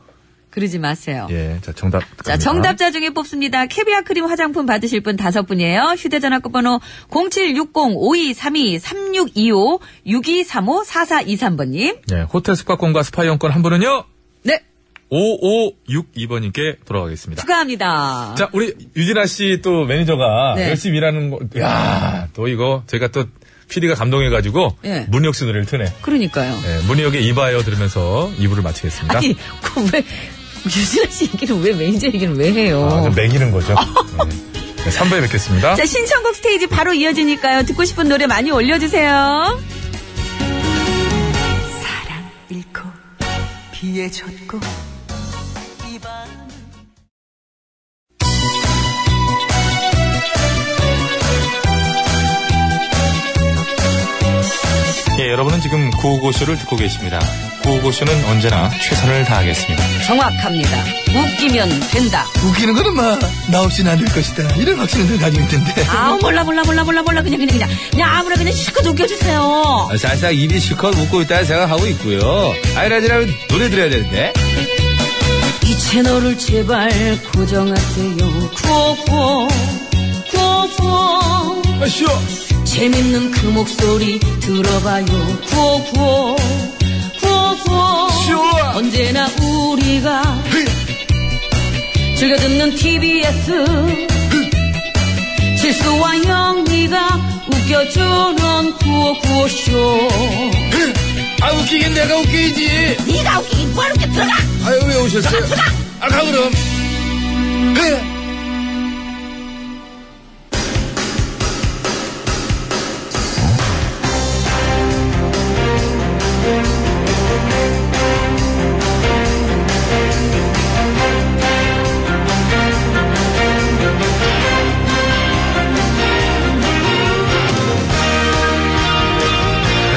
그러지 마세요. 예, 자, 정답. 자, 정답자 중에 뽑습니다. 캐비아 크림 화장품 받으실 분 다섯 분이에요. 휴대전화 끝번호 0760-5232-3625-6235-4423번님. 예, 호텔 숙박권과 스파 이용권 한 분은요, 네, 5562번님께 돌아가겠습니다. 축하합니다. 자, 우리 유진아 씨 또 매니저가 네. 열심히 일하는 거, 야, 또 이거 제가 또 PD가 감동해가지고 예. 문희혁 씨 노래를 트네. 그러니까요. 예, 문희혁의 이바에어 들으면서 2부를 마치겠습니다. 아니, 그 왜, 유진아 씨 얘기를 왜, 매니저 얘기를 왜 해요? 아, 좀 매기는 거죠. 네. 3부에 뵙겠습니다. 자, 신청곡 스테이지 바로 이어지니까요. 듣고 싶은 노래 많이 올려주세요. 잃고 비에 젖고 이 밤은 예, 여러분은 지금 구호고쇼를 듣고 계십니다. 구호고쇼는 언제나 최선을 다하겠습니다. 정확합니다. 웃기면 된다. 웃기는 거는 막나 없이는 안 될 것이다. 이런 확신을 가지고 있던데. 아 몰라, 몰라, 몰라, 몰라, 몰라. 그냥, 그냥, 그냥. 그냥 아무나 그냥 실컷 웃겨주세요. 아, 살짝 입이 실컷 웃고 있다는 생각하고 있고요. 아이라지라면 노래 들어야 되는데. 이 채널을 제발 고정하세요. 구호구호, 구호구호. 아시오! 재밌는 그 목소리 들어봐요. 구호구호, 구호구호. 언제나 우리가 즐겨 듣는 TBS. 실수와 영리가 웃겨주는 구호구호쇼. 아, 웃기긴 내가 웃기지. 네가 웃기긴 뭘 웃겨 들어가! 아유, 왜 오셨어요? 아, 가, 그럼.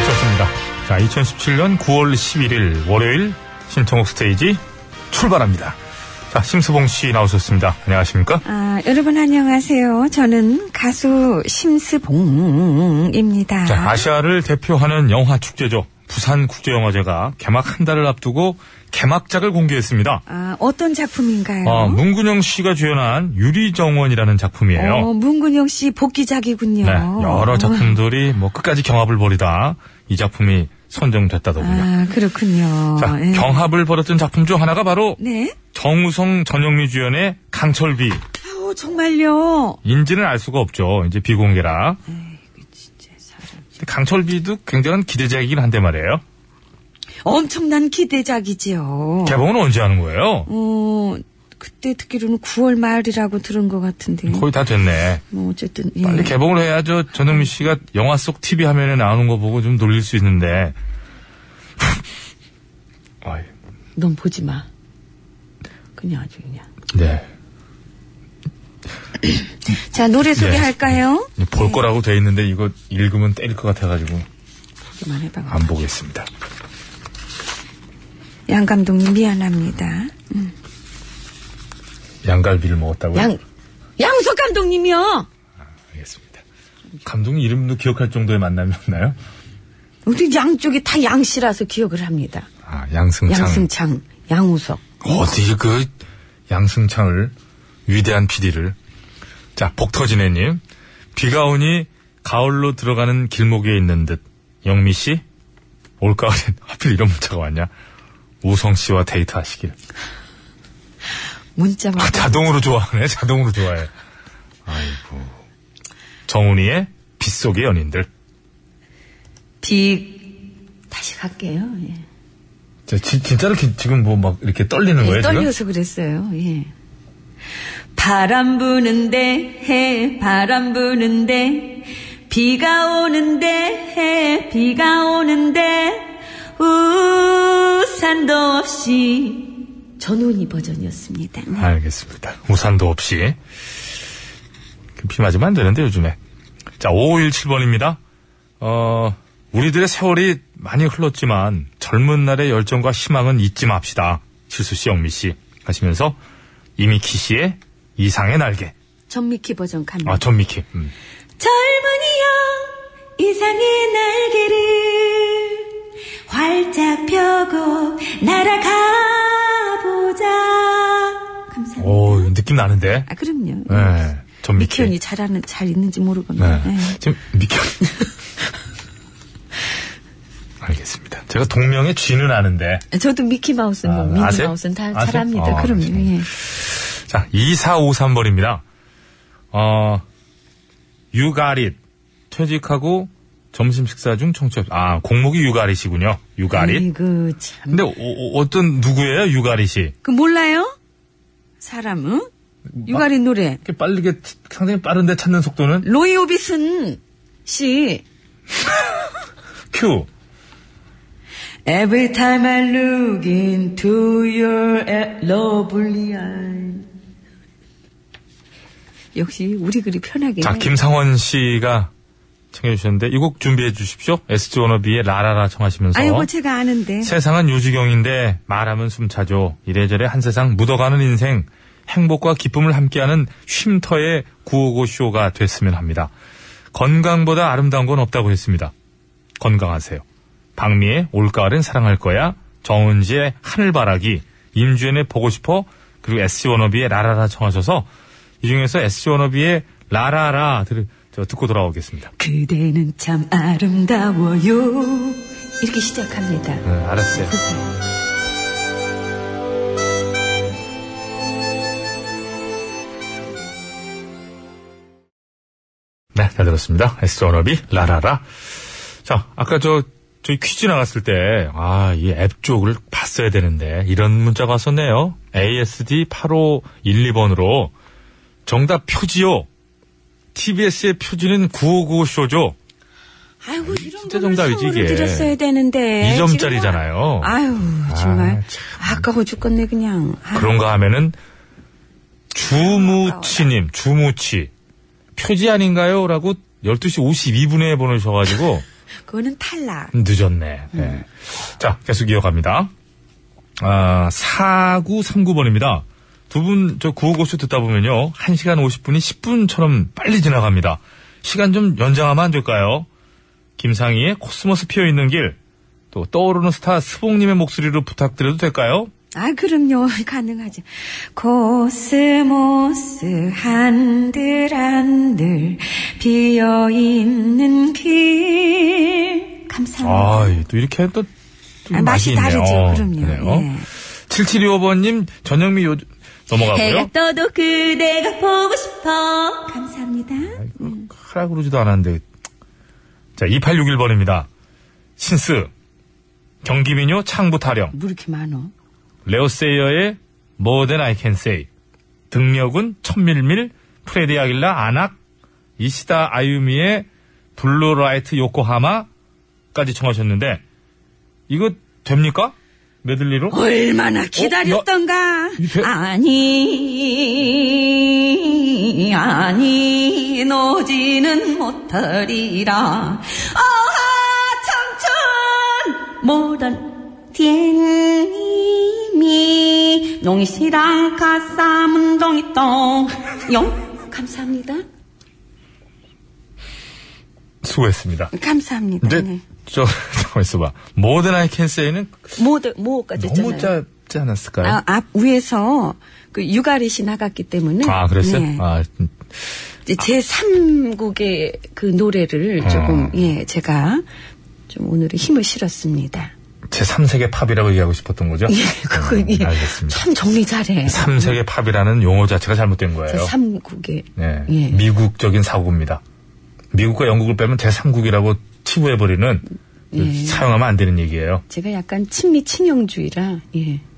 좋습니다. 자, 2017년 9월 11일 월요일 신청곡 스테이지 출발합니다. 자, 심수봉 씨 나오셨습니다. 안녕하십니까? 아, 여러분 안녕하세요. 저는 가수 심스봉입니다. 자, 아시아를 대표하는 영화 축제죠. 부산 국제영화제가 개막 한 달을 앞두고 개막작을 공개했습니다. 아, 어떤 작품인가요? 어, 문근영 씨가 주연한 유리정원이라는 작품이에요. 어, 문근영 씨 복귀작이군요. 네, 어, 여러 작품들이 뭐 끝까지 경합을 벌이다 이 작품이 선정됐다더군요. 아, 그렇군요. 자, 예. 경합을 벌였던 작품 중 하나가 바로 네. 정우성, 전영미 주연의 강철비. 아우, 정말요. 인지는 알 수가 없죠. 이제 비공개라. 근데 강철비도 굉장한 기대작이긴 한데 말이에요. 엄청난 기대작이지요. 개봉은 언제 하는 거예요? 어, 그때 듣기로는 9월 말이라고 들은 것 같은데. 거의 다 됐네. 뭐 어쨌든 예. 빨리 개봉을 해야 저 전영미 씨가 영화 속 TV 화면에 나오는 거 보고 좀 놀릴 수 있는데. <laughs> 아이, 넌 보지 마. 그냥 아주 그냥. 네. 자 노래 예. 소개할까요? 볼 거라고 돼 있는데 이거 읽으면 때릴 것 같아가지고 그만 해봐. 안 보겠습니다. 양 감독님 미안합니다. 양갈비를 먹었다고요? 양 양석 감독님이요. 알겠습니다. 감독님 이름도 기억할 정도의 만남이 없나요? 우리 양쪽이 다 양씨라서 기억을 합니다. 아, 양승창. 양승창, 양우석. 어디 그 양승창을 위대한 PD를 자 복터진해님 비가 오니 가을로 들어가는 길목에 있는 듯 영미 씨 올가을엔 <laughs> 하필 이런 문자가 왔냐 우성 씨와 데이트하시길 문자만 아, 자동으로 좋아하네 자동으로 좋아해 아이고 정훈이의 빗속의 연인들 비 다시 갈게요. 예. 자, 지- 진짜로 기- 지금 뭐 막 이렇게 떨리는 예, 거예요 지금? 떨려서 그랬어요. 예. 바람 부는데 해 바람 부는데 비가 오는데 해 비가 오는데 우산도 없이 전훈이 버전이었습니다. 네. 알겠습니다. 우산도 없이. 그비 맞으면 안 되는데, 요즘에. 자, 5517번입니다. 어, 우리들의 세월이 많이 흘렀지만, 젊은 날의 열정과 희망은 잊지 맙시다. 실수 씨, 영미 씨. 하시면서, 이미키 씨의 이상의 날개. 전미키 버전 갑니다. 아, 전미키. 음. 젊은이여 이상의 날개를 활짝 펴고 날아가보자. 감사합니다. 오, 느낌 나는데? 아 그럼요. 네, 미키 전미키. 언니 잘하는 잘 있는지 모르겠네요. 네. 지금 미켜. <laughs> 알겠습니다. 제가 동명의 쥐는 아는데. 네. 저도 미키 마우스, 아, 뭐 미니 아세요? 마우스는 다 아세요? 잘합니다. 아, 그럼요. 그러시군요. 예. 자, 2453번입니다. 어, 유가릿. 퇴직하고 점심 식사 중 청취, 아, 공목이 유가릿이군요. 음. 유가릿. 아이고 참. 근데 어, 어, 어떤 누구예요, 유가릿이? 그 몰라요? 사람 응? 유가린 노래 이렇게 빠르게, 상당히 빠른데 찾는 속도는? 로이 오비슨 씨 큐. Every time I look into your lovely eyes. 역시 우리 글이 편하게. 자, 김상원 씨가 청해주셨는데, 이 곡 준비해 주십시오. SG 워너비의 라라라 청하시면서. 아이고 뭐 제가 아는데. 세상은 유지경인데 말하면 숨차죠. 이래저래 한 세상 묻어가는 인생. 행복과 기쁨을 함께하는 쉼터의 955 쇼가 됐으면 합니다. 건강보다 아름다운 건 없다고 했습니다. 건강하세요. 박미의 올가을엔 사랑할 거야. 정은지의 하늘바라기. 임주연의 보고 싶어. 그리고 SC워너비의 라라라 청하셔서 이 중에서 SC워너비의 라라라 들, 저 듣고 돌아오겠습니다. 그대는 참 아름다워요. 이렇게 시작합니다. 네, 알았어요. 보세요. 네, 잘 들었습니다. S 워너비 라라라. 자, 아까 저 저희 퀴즈 나갔을 때 아, 이 앱 쪽을 봤어야 되는데 이런 문자가 왔었네요. ASD 8512번으로 정답 표지요. TBS의 표지는 959 쇼죠. 아이고 이런 진짜 거를 정답이지, 선물을 이게. 드렸어야 되는데. 2점짜리잖아요. 지금 네, 아유 정말 아, 참. 아, 까워 죽겠네 그냥. 아유, 그런가 하면은 주무치님, 주무치 표지 아닌가요?라고 12시 52분에 보내셔가지고. 그거는 탈락. 늦었네. 네. 자, 계속 이어갑니다. 아, 4939번입니다. 두 분 저 구호고쇼 듣다 보면요. 1시간 50분이 10분처럼 빨리 지나갑니다. 시간 좀 연장하면 안 될까요? 김상희의 코스모스 피어 있는 길. 또 떠오르는 스타 스봉님의 목소리로 부탁드려도 될까요? 아, 그럼요. <laughs> 가능하죠. 코스모스 한들 한들 비어 있는 길. 감사합니다. 아, 또 이렇게 또, 또 아, 맛이 있네요. 다르죠. 그럼요. 그래요. 예. 7725번님, 전영미 요, 넘어가고요. 해가 떠도 그대가 보고 싶어. 감사합니다. 하라 그러지도 않았는데 자, 2861번입니다. 신스, 경기민요 창부 타령, 뭐 이렇게 많어? 레오세이어의 More Than I Can Say, 등려군 천밀밀, 프레디 아길라 아낙, 이시다 아유미의 블루라이트 요코하마까지 청하셨는데, 이거 됩니까? 메들리로? 얼마나 기다렸던가. 어, 이게- 아니, 아니, 노지는 못하리라. 아, 청춘! 모던, 디엔님이, 농시랑 가싸문 동이 똥. 영, 감사합니다. 수고했습니다. 감사합니다. 근데, 네. 저, <laughs> 잠깐만 있어봐. More Than I Can Say는 모, 모까지 했잖아요. 너무 짧지 않았을까요? 아, 앞 위에서 그 유가릿이 나갔기 때문에 아, 그랬어요? 네. 아, 음. 이제 제 3국의 그 노래를 아. 조금 예 제가 좀 오늘은 힘을 실었습니다. 제 3세계 팝이라고 얘기하고 싶었던 거죠? 예, <laughs> 그거 음, 예. 알겠습니다. 참 정리 잘해. 3세계 팝이라는 용어 자체가 잘못된 제 거예요. 3국의 네. 예. 미국적인 사고입니다. 미국과 영국을 빼면 제3국이라고 치부해버리는 예. 그 사용하면 안 되는 얘기예요. 제가 약간 친미 친형주의라 예 <laughs>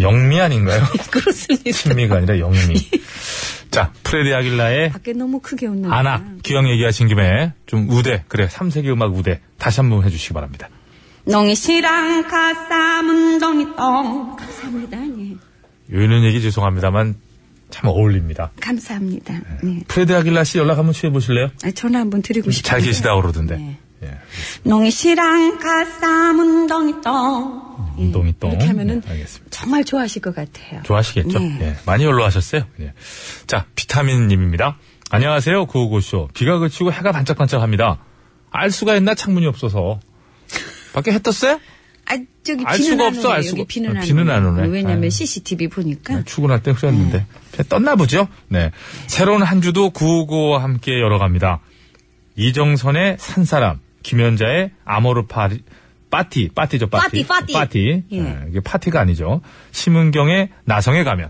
영미 아닌가요? 그렇습니다. 친미가 아니라 영미. 예. 자, 프레디 아길라의 밖에 너무 크게 웃는 아나 기왕 얘기하신 김에 좀 우대 그래 3세계 음악 우대 다시 한번 해주시기 바랍니다. 농이 시랑 가싸문 동이 똥 감사합니다. 예 요인은 얘기 죄송합니다만 참 어울립니다. 감사합니다. 네 프레디 아길라 씨 연락 한번 취해 보실래요? 아, 전화 한번 드리고 싶어요. 잘 계시다 그러던데. 네. 예. 농이 시랑 가싸문 동이 똥 운동이 똥. 이렇게 하면은 네, 알겠습니다. 정말 좋아하실 것 같아요. 좋아하시겠죠? 네. 예, 많이 연로하셨어요. 예. 자, 비타민님입니다. 안녕하세요, 구호고쇼. 비가 그치고 해가 반짝반짝합니다. 알 수가 있나? 창문이 없어서. 밖에 해 떴어요? 아, 저기 알 비는 수가 안 없어, 오네. 알 수가- 여기 비는 안 비는 오네. 안 오네. 왜냐면 아유. 네. CCTV 보니까 출근할 때 음. 흐렸는데. 떴나 보죠? 네. 새로운 한 주도 구호고와 함께 열어갑니다. 이정선의 산사람, 김연자의 아모르 파리, 파티, 파티죠, 파티. 파티, 파티. 예. 네, 이게 파티가 아니죠. 심은경의 나성에 가면.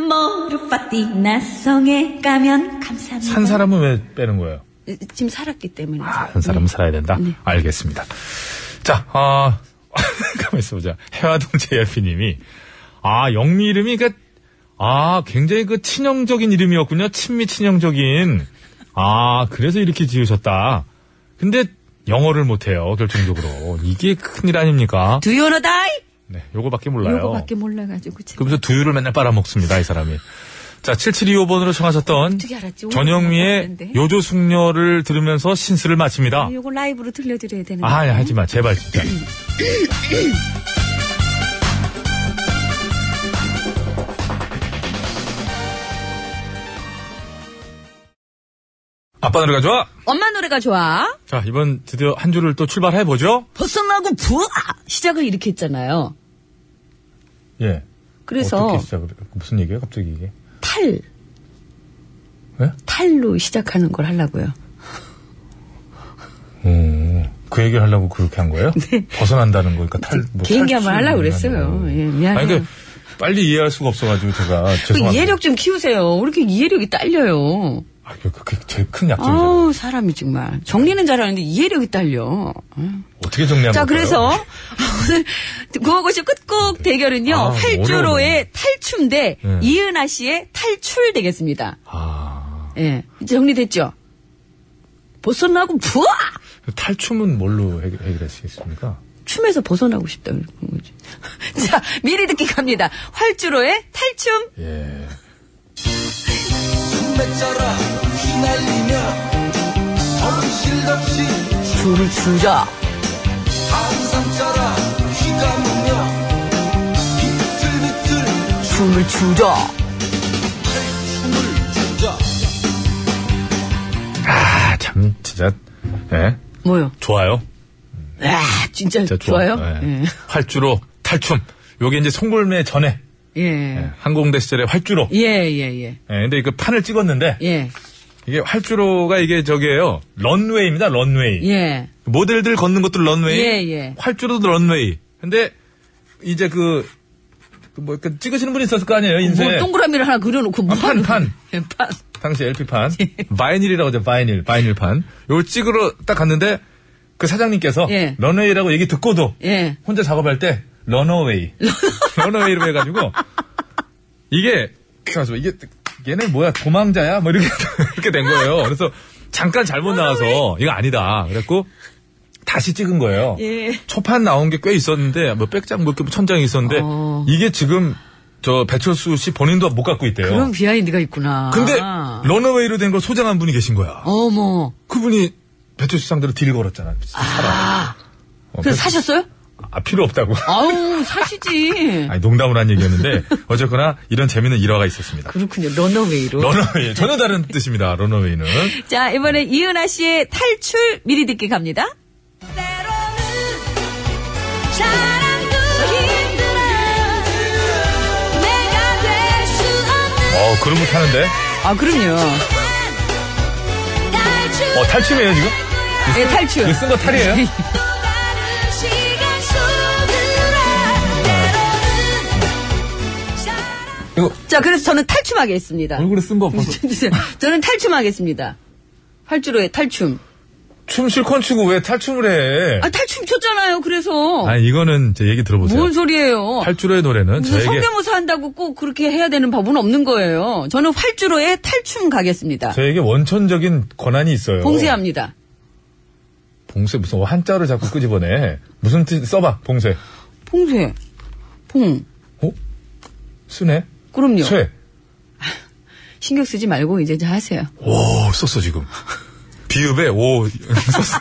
안모르파티 나성에 가면 감사합니다. 산 사람은 왜 빼는 거예요? 지금 살았기 때문에. 아, 한 사람은 네. 살아야 된다. 알겠습니다. 자, 아, <laughs> 가만 있어보자. 해화동 JRP님이, 아, 영미 이름이, 그, 아, 굉장히 그 친형적인 이름이었군요. 친미 친형적인. 아, 그래서 이렇게 지으셨다. 근데 영어를 못해요, 결정적으로. 이게 큰일 아닙니까? Do you wanna die? 네, 요거밖에 몰라요. 요거밖에 몰라가지고 제가 그러면서 두유를 맨날 빨아먹습니다, 이 사람이. 자, 7725번으로 청하셨던 어떻게 알았지? 그 오늘 전영미의 봤는데. 요조숙녀를 들으면서 신스를 마칩니다. 요거 라이브로 들려드려야 되는데. 아, 아니, 하지 마. 제발, 진짜. 아빠 노래가 좋아! 엄마 노래가 좋아. 자, 이번 드디어 한 주를 또 출발해보죠? 벗어나고 부아 시작을 이렇게 했잖아요. 예. 그래서 어떻게 시작을, 무슨 얘기예요, 갑자기 이게? 탈 예? 탈로 시작하는 걸 하려고요. 음, 그 얘기를 하려고 그렇게 한 <laughs> 거예요? 벗어난다는 거니까 탈, 뭐 네. 개인기 탈출 한번 하려고 이런 그랬어요. 거. 예, 미안해요. 아니, 그, 빨리 이해할 수가 없어가지고 제가 죄송합니다. 그 이해력 좀 키우세요. 왜 이렇게 이해력이 딸려요? 아, 그, 그게 제일 큰 약점이잖아요. 아우, 사람이 정말. 정리는 잘하는데 이해력이 딸려. 어떻게 정리하면 자, 될까요? 그래서 <laughs> 오늘 구호고쇼 끝곡 대결은요. 아, 활주로의 탈춤 대 네. 이은아 씨의 탈출 되겠습니다. 아, 예. 이제 정리됐죠? 벗어나고 부아! 탈춤은 뭘로 해결, 해결할 수 있습니까? 춤에서 벗어나고 싶다 <laughs> 그런 거지. 자, 미리 듣기 갑니다. 활주로의 탈춤 예. 백자라 휘날리며 정실없이 춤을 추자. 항상자라 휘감으며 비틀비틀 춤을 추자. 춤을 추자 아, 참, 진짜, 예. 뭐요? 좋아요. 아, 진짜, 진짜 좋아. 좋아요? 예. 활주로, 탈춤. 요게 이제 송골매 전에, 예. 예, 예. 항공대 시절에 활주로. 예, 예, 예. 예, 근데 그 판을 찍었는데, 예. 이게 활주로가 이게 저기예요 런웨이입니다, 런웨이. 예. 모델들 걷는 것도 런웨이. 예, 예. 활주로도 런웨이. 근데 이제 그, 그뭐 이렇게 찍으시는 분이 있었을 거 아니에요, 인쇄. 뭐 동그라미를 하나 그려놓고 뭐 아, 판, 하는 판. 거예요? 판. 당시 LP판 바이닐이라고 하죠 바이닐 바이닐판 요걸 찍으러 딱 갔는데 그 사장님께서 예. 런웨이라고 얘기 듣고도 예. 혼자 작업할 때 런어웨이 런어웨이로 해가지고 이게 그래서 이게 얘네 뭐야 도망자야 뭐 이렇게 이렇게 된 거예요 그래서 잠깐 잘못 나와서 이거 아니다 그랬고 다시 찍은 거예요 예. 초판 나온 게 꽤 있었는데 뭐 백장 뭐 이렇게 천장 있었는데 어. 이게 지금 저 배철수 씨 본인도 못 갖고 있대요. 그런 비하인드가 있구나. 어. 근데 아. 런어웨이로 된 걸 소장한 분이 계신 거야. 어머. 그분이 배철수 상대로 딜 걸었잖아. 그 사람. 어, 그래서 배- 사셨어요? 아, 필요 없다고. <laughs> 아우, 사시지. 아니 농담을 한 얘기였는데 어쨌거나 이런 재미있는 일화가 있었습니다. 그렇군요. 런어웨이로. 런어웨이 전혀 다른 뜻입니다. 런어웨이는 자, 이번에 이은아 씨의 탈출 미리 듣기 갑니다. 어 그런 거 타는데 아, 그럼요. 어 탈춤이에요 지금? 예, 탈출. 예. 이거 쓴 거 탈이에요? <laughs> 이거 자, 그래서 저는 탈춤하겠습니다. 얼굴에 쓴 거 벌써 <laughs> 저는 탈춤하겠습니다. 활주로의 탈춤. 춤 실컷 추고 왜 탈춤을 해? 아, 탈춤 췄잖아요, 그래서. 아 이거는 제 얘기 들어보세요. 뭐. 뭔 소리예요. 탈주로의 노래는 무슨 저에게 성대모사 한다고 꼭 그렇게 해야 되는 법은 없는 거예요. 저는 활주로의 탈춤 가겠습니다. 저에게 원천적인 권한이 있어요. 봉쇄합니다. 봉쇄 무슨 어, 한자를 자꾸 끄집어내. 무슨 뜻 써봐 봉쇄. 봉쇄. 봉. 어? 쓰네. 그럼요. 쇠. 신경 쓰지 말고 이제 이제 하세요. 오 썼어 지금. 비읍에 오 <laughs> 썼어.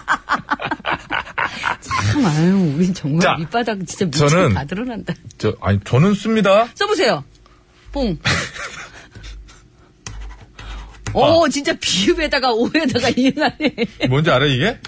참, 아유, 우린 정말 자, 밑바닥 진짜 미치고 저는- 다 드러난다. 저 아니 저는 씁니다. 써보세요. <laughs> 뽕. 아. 오, 진짜 비읍에다가 오에다가 <laughs> 이응하네. 뭔지 알아 이게?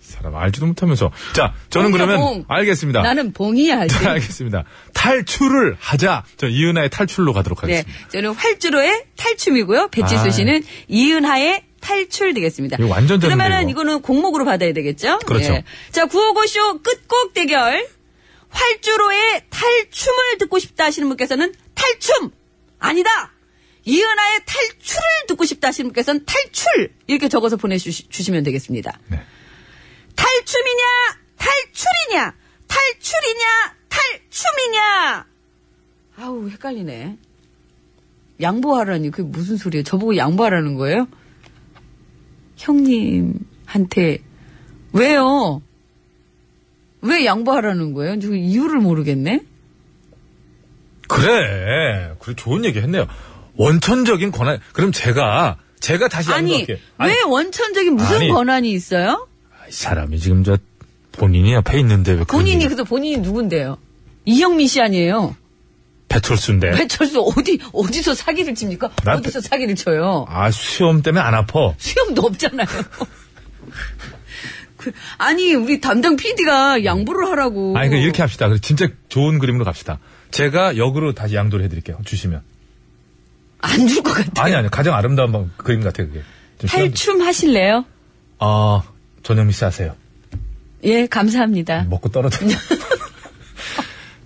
사람 알지도 못하면서. 자 저는 봉이야, 그러면 봉. 알겠습니다. 나는 봉이야. 하지. <laughs> 자, 알겠습니다. 탈출을 하자. 저 이은하의 탈출로 가도록 네, 하겠습니다. 저는 활주로의 탈춤이고요. 배치수 아. 씨는 이은하의 탈출 되겠습니다. 이거 완전 졌는데, 그러면은 이거. 이거는 공목으로 받아야 되겠죠? 그렇죠. 예. 자, 구호고쇼 끝곡 대결. 활주로의 탈춤을 듣고 싶다 하시는 분께서는 탈춤! 아니다! 이은하의 탈출을 듣고 싶다 하시는 분께서는 탈출! 이렇게 적어서 보내주시면 되겠습니다. 네. 탈춤이냐? 탈출이냐? 탈출이냐? 탈춤이냐? 아우, 헷갈리네. 양보하라니 그게 무슨 소리예요? 저보고 양보하라는 거예요? 형님한테 왜요? 왜 양보하라는 거예요? 저 이유를 모르겠네. 그래. 그래 좋은 얘기 했네요. 원천적인 권한. 그럼 제가 제가 다시 아니 양보할게요. 왜 원천적인 무슨 아니. 권한이 있어요? 이 사람이 지금 저 본인이 옆에 있는데 왜 그런 본인이 얘기- 그래도 본인이 누군데요? 이영민 씨 아니에요? 배철수인데. 배철수 어디 어디서 사기를 칩니까? 네. 나 배- 어디서 사기를 쳐요? 아 수염 때문에 안 아파. 수염도 없잖아요. <laughs> 그- 아니 우리 담당 PD가 양보를 하라고. 아니 그 이렇게 합시다. 그래 진짜 좋은 그림으로 갑시다. 제가 역으로 다시 양도를 해드릴게요. 주시면. 안 줄 것 같아. 아니 아니 가장 아름다운 방- 그림 같아 요 그게. 좀 시간- 탈춤 하실래요? 아 전영미 씨 하세요. 예, 감사합니다. 먹고 떨어져.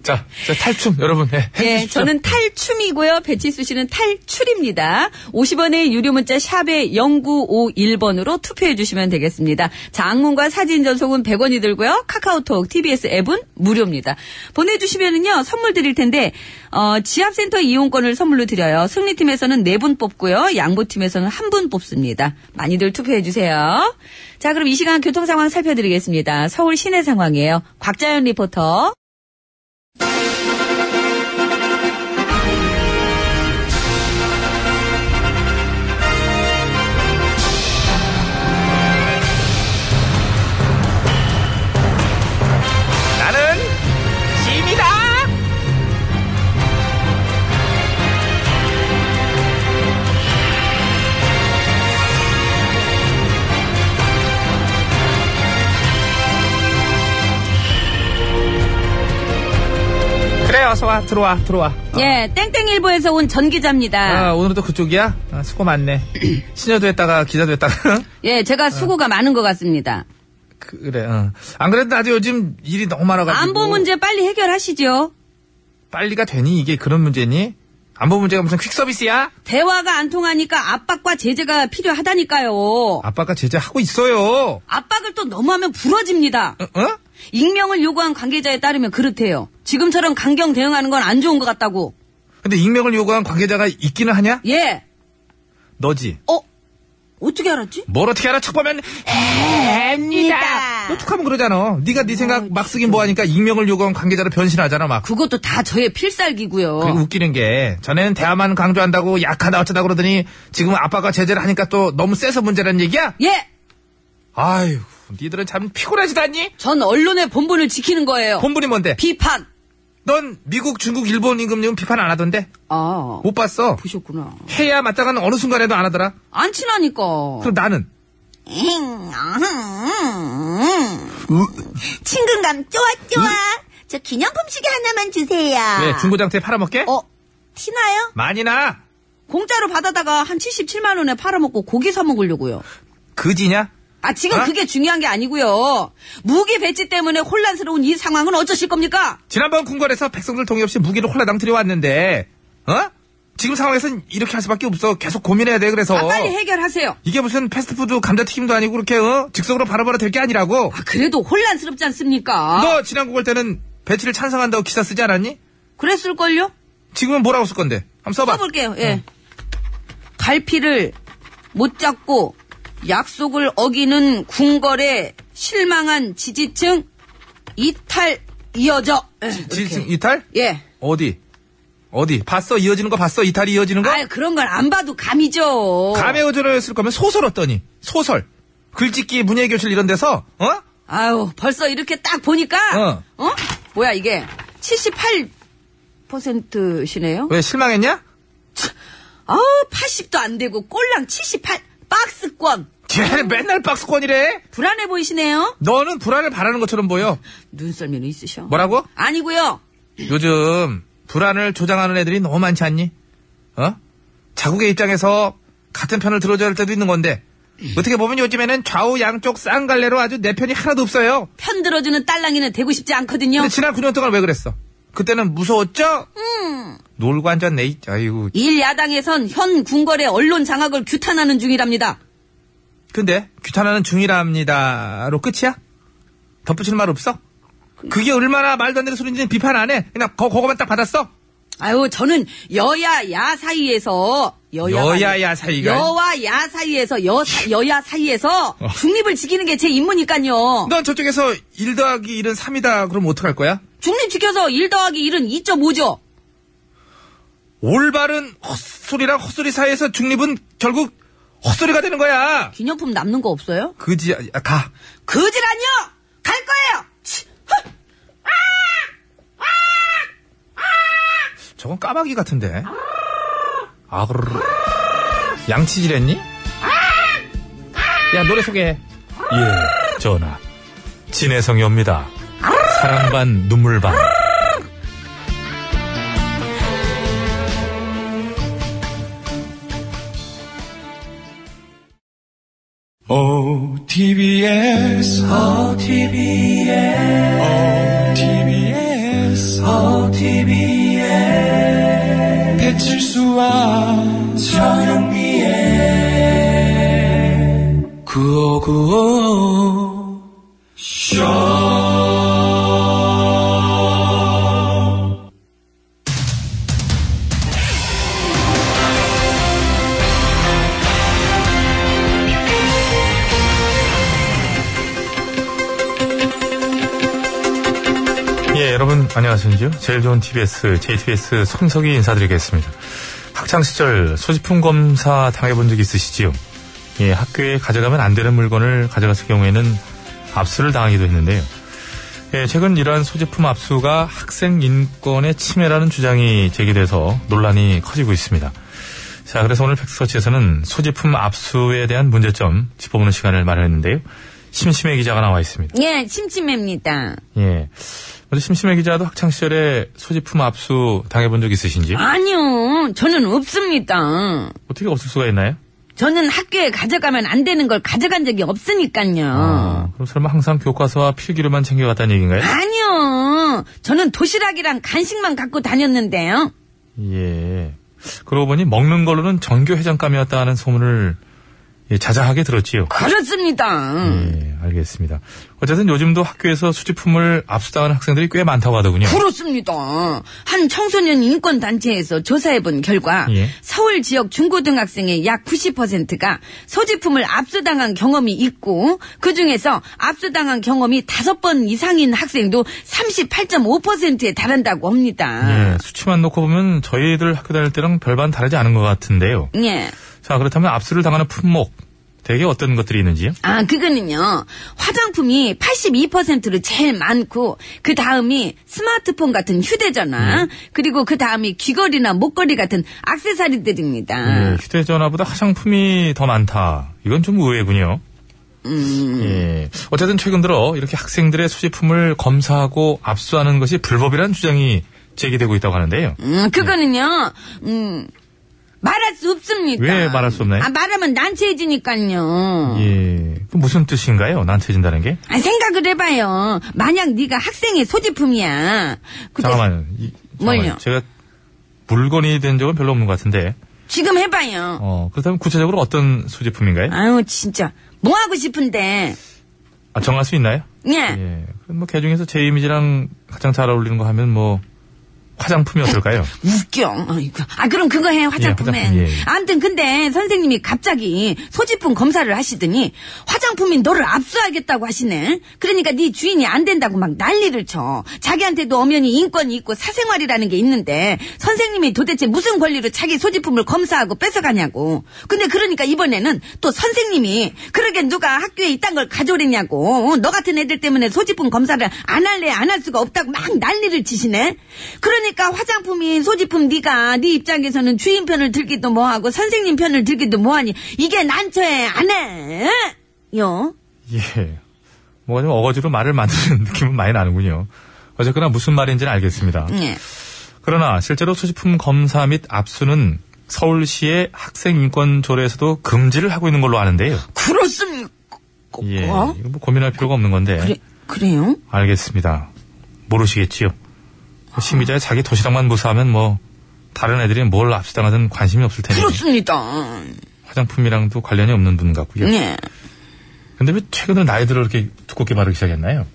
자, 자, 탈춤 여러분 예, 해 예, 주십시오. 저는 탈춤이고요. 배치수 씨는 탈출입니다. 50원의 유료 문자 샵에 0951번으로 투표해 주시면 되겠습니다. 장문과 사진 전송은 100원이 들고요. 카카오톡, TBS 앱은 무료입니다. 보내주시면은요, 선물 드릴 텐데, 어, 지압센터 이용권을 선물로 드려요. 승리팀에서는 4분 뽑고요. 양보팀에서는 1분 뽑습니다. 많이들 투표해 주세요. 자, 그럼 이 시간 교통 상황 살펴드리겠습니다. 서울 시내 상황이에요. 곽자연 리포터. 그래 어서 와 들어와 들어와. 예, 땡땡일보에서 온 전 기자입니다. 아 오늘은 또 그쪽이야? 아, 수고 많네. 신여도 했다가 기자도 <laughs> 했다가. 예, 제가 수고가 많은 것 같습니다. 그래. 어. 안 그래도 나도 요즘 일이 뭐. 너무 많아가지고. 안보 문제 빨리 해결하시죠. 빨리가 되니 이게 그런 문제니? 안보 문제가 무슨 퀵 서비스야? 대화가 안 통하니까 압박과 제재가 필요하다니까요. 아빠가 제재하고 있어요. 압박을 또 너무하면 부러집니다. 어? 어? 익명을 요구한 관계자에 따르면 그렇대요. 지금처럼 강경 대응하는 건 안 좋은 것 같다고. 근데 익명을 요구한 관계자가 있기는 하냐? 예. 너지. 어? 어떻게 알았지? 뭘 어떻게 알아? 척 보면 니다 어, 툭하면 그러잖아. 네가 네 생각 막 쓰긴 뭐하니까 익명을 요구한 관계자로 변신하잖아 막. 그것도 다 저의 필살기고요. 그리고 웃기는 게 전에는 대화만 강조한다고 약하다 어쩌다 그러더니 지금 은 아빠가 제재를 하니까 또 너무 세서 문제라는 얘기야? 예. 아유, 니들은 참 피곤하지다니. 전 언론의 본분을 지키는 거예요. 본분이 뭔데? 비판. 넌 미국, 중국, 일본 임금님 비판 안 하던데? 아. 못 봤어. 보셨구나. 해야 마땅한 어느 순간에도 안 하더라. 안 친하니까. 그럼 나는 친근감 쪼아 쪼아. 저 기념품 시계 하나만 주세요. 왜 중고장터에 팔아먹게? 아. 어, 티나요? 많이 나. 공짜로 받아다가 한 77만 원에 팔아먹고 고기 사 먹으려고요. 그지냐? 아 지금 어? 그게 중요한 게 아니고요. 무기 배치 때문에 혼란스러운 이 상황은 어쩌실 겁니까? 지난번 궁궐에서 백성들 동의 없이 무기를 홀라당 들여왔는데, 어? 지금 상황에선 이렇게 할 수밖에 없어. 계속 고민해야 돼. 그래서 아, 빨리 해결하세요. 이게 무슨 패스트푸드 감자튀김도 아니고 그렇게 어? 즉석으로 바로바로 될 게 아니라고. 아, 그래도 혼란스럽지 않습니까? 너 지난 궁궐 때는 배치를 찬성한다고 기사 쓰지 않았니? 그랬을걸요? 지금은 뭐라고 쓸 건데? 한번 써봐. 써볼게요. 예. 갈피를 못 잡고 약속을 어기는 궁궐에 실망한 지지층 이탈 이어져. 예, 지지층 이렇게. 이탈? 예. 어디? 어디? 봤어? 이어지는 거 봤어? 이탈이 이어지는 거? 아 그런 걸 안 봐도 감이죠. 감의 의존을 했을 거면 소설 어떠니? 소설. 글짓기 문예교실 이런 데서, 어? 아유 벌써 이렇게 딱 보니까 어? 뭐야 이게 78%시네요. 왜 실망했냐? 아우 80도 안 되고 꼴랑 78 박스권 걔는 맨날 박스권이래. 불안해 보이시네요. 너는 불안을 바라는 것처럼 보여. 눈썰미는 있으셔. 뭐라고? 아니고요. 요즘 불안을 조장하는 애들이 너무 많지 않니? 어? 자국의 입장에서 같은 편을 들어줘야 할 때도 있는 건데 어떻게 보면 요즘에는 좌우 양쪽 쌍갈래로 아주 내 편이 하나도 없어요. 편 들어주는 딸랑이는 되고 싶지 않거든요. 근데 지난 9년 동안 왜 그랬어? 그때는 무서웠죠? 놀고 앉았네. 이- 아이고. 일 야당에선 현 궁궐의 언론 장악을 규탄하는 중이랍니다. 근데 귀찮아하는 중이랍니다로 끝이야? 덧붙이는 말 없어? 그게 얼마나 말도 안 되는 소리인지는 비판 안 해. 그냥 거, 그거만 딱 받았어. 아유 저는 여야 야 사이에서 여야와- 여야 야 사이가. 여와 야 사이에서 여 여야 사이에서 중립을 지키는 게 제 임무니까요. 넌 저쪽에서 1 더하기 1은 3이다. 그럼 어떡할 거야? 중립 지켜서 1 더하기 1은 2.5죠. 올바른 헛소리랑 헛소리 사이에서 중립은 결국 헛소리가 되는 거야. 기념품 남는 거 없어요? 그지, 아, 가. 그지란요! 갈 거예요! 치, 헛! 저건 까마귀 같은데. 아그르르. 양치질 했니? 야, 노래 소개해. 예, 전하. 진혜성이 옵니다. 사랑 반, 눈물 반. OTBS, OTBS, OTBS, OTBS, 배칠수와 저녁미에 구호구호 쇼. 예, 여러분, 안녕하십니까. 제일 좋은 TBS, JTBS 손석희 인사드리겠습니다. 학창시절 소지품 검사 당해본 적 있으시지요? 예, 학교에 가져가면 안 되는 물건을 가져갔을 경우에는 압수를 당하기도 했는데요. 예, 최근 이러한 소지품 압수가 학생 인권의 침해라는 주장이 제기돼서 논란이 커지고 있습니다. 자, 그래서 오늘 팩스터치에서는 소지품 압수에 대한 문제점 짚어보는 시간을 마련했는데요. 심심해 기자가 나와 있습니다. 예, 침침합니다. 예. 먼저 심심해 기자도 학창시절에 소지품 압수 당해본 적 있으신지? 아니요, 저는 없습니다. 어떻게 없을 수가 있나요? 저는 학교에 가져가면 안 되는 걸 가져간 적이 없으니까요. 아, 그럼 설마 항상 교과서와 필기류만 챙겨갔다는 얘기인가요? 아니요, 저는 도시락이랑 간식만 갖고 다녔는데요. 예. 그러고 보니 먹는 걸로는 전교 회장감이었다 하는 소문을 예, 자자하게 들었지요. 그렇습니다. 예, 알겠습니다. 어쨌든 요즘도 학교에서 수집품을 압수당하는 학생들이 꽤 많다고 하더군요. 그렇습니다. 한 청소년 인권단체에서 조사해본 결과 예. 서울 지역 중고등학생의 약 90%가 소지품을 압수당한 경험이 있고 그중에서 압수당한 경험이 5번 이상인 학생도 38.5%에 달한다고 합니다. 예, 수치만 놓고 보면 저희들 학교 다닐 때랑 별반 다르지 않은 것 같은데요. 예. 자, 그렇다면 압수를 당하는 품목. 대개 어떤 것들이 있는지요? 아, 그거는요. 화장품이 82%로 제일 많고, 그 다음이 스마트폰 같은 휴대전화, 네. 그리고 그 다음이 귀걸이나 목걸이 같은 악세사리들입니다. 예, 휴대전화보다 화장품이 더 많다. 이건 좀 의외군요. 음. 예. 어쨌든 최근 들어 이렇게 학생들의 소지품을 검사하고 압수하는 것이 불법이라는 주장이 제기되고 있다고 하는데요. 음, 그거는요, 음, 말할 수 없습니다. 왜 말할 수 없나요? 아, 말하면 난처해지니까요. 예. 그 무슨 뜻인가요? 난처해진다는 게? 아, 생각을 해봐요. 만약 네가 학생의 소지품이야. 근데 음, 잠깐만요. 이- 잠깐만요. 뭘요? 제가 물건이 된 적은 별로 없는 것 같은데. 지금 해봐요. 어, 그렇다면 구체적으로 어떤 소지품인가요? 아유, 진짜. 뭐 하고 싶은데. 아, 정할 수 있나요? 예. 예. 그럼 뭐, 개 중에서 제 이미지랑 가장 잘 어울리는 거 하면 뭐, 화장품이 어떨까요? 웃겨. 아이고. 아, 그럼 그거 해, 화장품에. 화장품, 예, 예. 아무튼, 근데 선생님이 갑자기 소지품 검사를 하시더니 화장품인 너를 압수하겠다고 하시네. 그러니까 네 주인이 안 된다고 막 난리를 쳐. 자기한테도 엄연히 인권이 있고 사생활이라는 게 있는데 선생님이 도대체 무슨 권리로 자기 소지품을 검사하고 뺏어가냐고. 근데 그러니까 이번에는 또 선생님이 그러게 누가 학교에 이딴 걸 가져오랬냐고. 어, 너 같은 애들 때문에 소지품 검사를 안 할래 안 할 수가 없다고 막 난리를 치시네. 그러니까 화장품이 소지품 네가 네 입장에서는 주인 편을 들기도 뭐하고 선생님 편을 들기도 뭐하니 이게 난처해 안 해. 요. 예. 뭐가 좀 어거지로 말을 만드는 <laughs> 느낌은 많이 나는군요. 어쨌거나 무슨 말인지는 알겠습니다. 예. 그러나 실제로 소지품 검사 및 압수는 서울시의 학생인권조례에서도 금지를 하고 있는 걸로 아는데요. 그렇습니까? 예. 이거 뭐 고민할 필요가 없는 건데. 예, 그래요? 알겠습니다. 모르시겠지요. 그 심의자의 아. 자기 도시락만 무사하면 뭐 다른 애들이 뭘 압수당하든 관심이 없을 테니 그렇죠. 그렇습니다. 화장품이랑도 관련이 없는 분 같고요. 예. 근데 왜 최근에 나이 들어 이렇게 두껍게 마르기 시작했나요?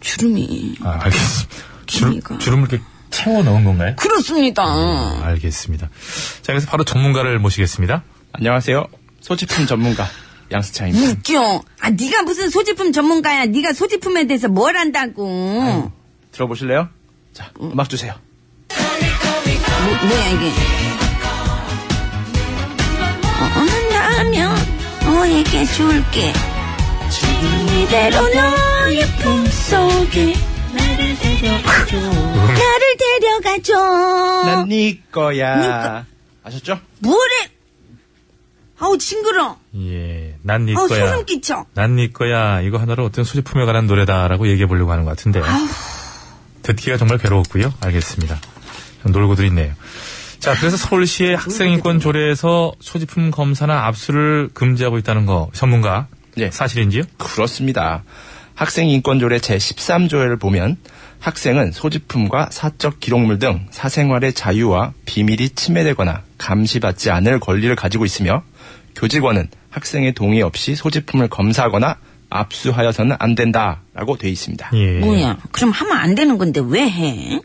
주름이. 아, 알겠습니다. 그러니까. 주름, 주름을 이렇게 채워 넣은 건가요? 아, 그렇습니다. 알겠습니다. 자, 그래서 바로 전문가를 모시겠습니다. 안녕하세요. <laughs> 소지품 전문가 양수창입니다. 웃겨. 아 네가 무슨 소지품 전문가야? 네가 소지품에 대해서 뭘 안다고? 들어보실래요? 자, 음악 주세요. 뭐, 뭐야 이게? 원한다면 어, 너에게 줄게. 이대로 너의 품속에 나를 데려가줘. 음. 나를 데려가줘. 난 네 거야. 네 거. 아셨죠? 뭐래? 아우 징그러. 예, 난 네 아우 거야. 소름 끼쳐. 난 네 거야. 이거 하나로 어떤 소지품에 관한 노래다라고 얘기해 보려고 하는 것 같은데. 듣기가 정말 괴로웠고요. 알겠습니다. 좀 놀고들 있네요. 자, 그래서 서울시의 아, 학생인권 조례에서 소지품 검사나 압수를 금지하고 있다는 거 전문가 예. 사실인지요? 그렇습니다. 학생인권조례 제13조를 보면 학생은 소지품과 사적 기록물 등 사생활의 자유와 비밀이 침해되거나 감시받지 않을 권리를 가지고 있으며 교직원은 학생의 동의 없이 소지품을 검사하거나 압수하여서는 안 된다라고 돼 있습니다. 예. 뭐야? 그럼 하면 안 되는 건데 왜 해?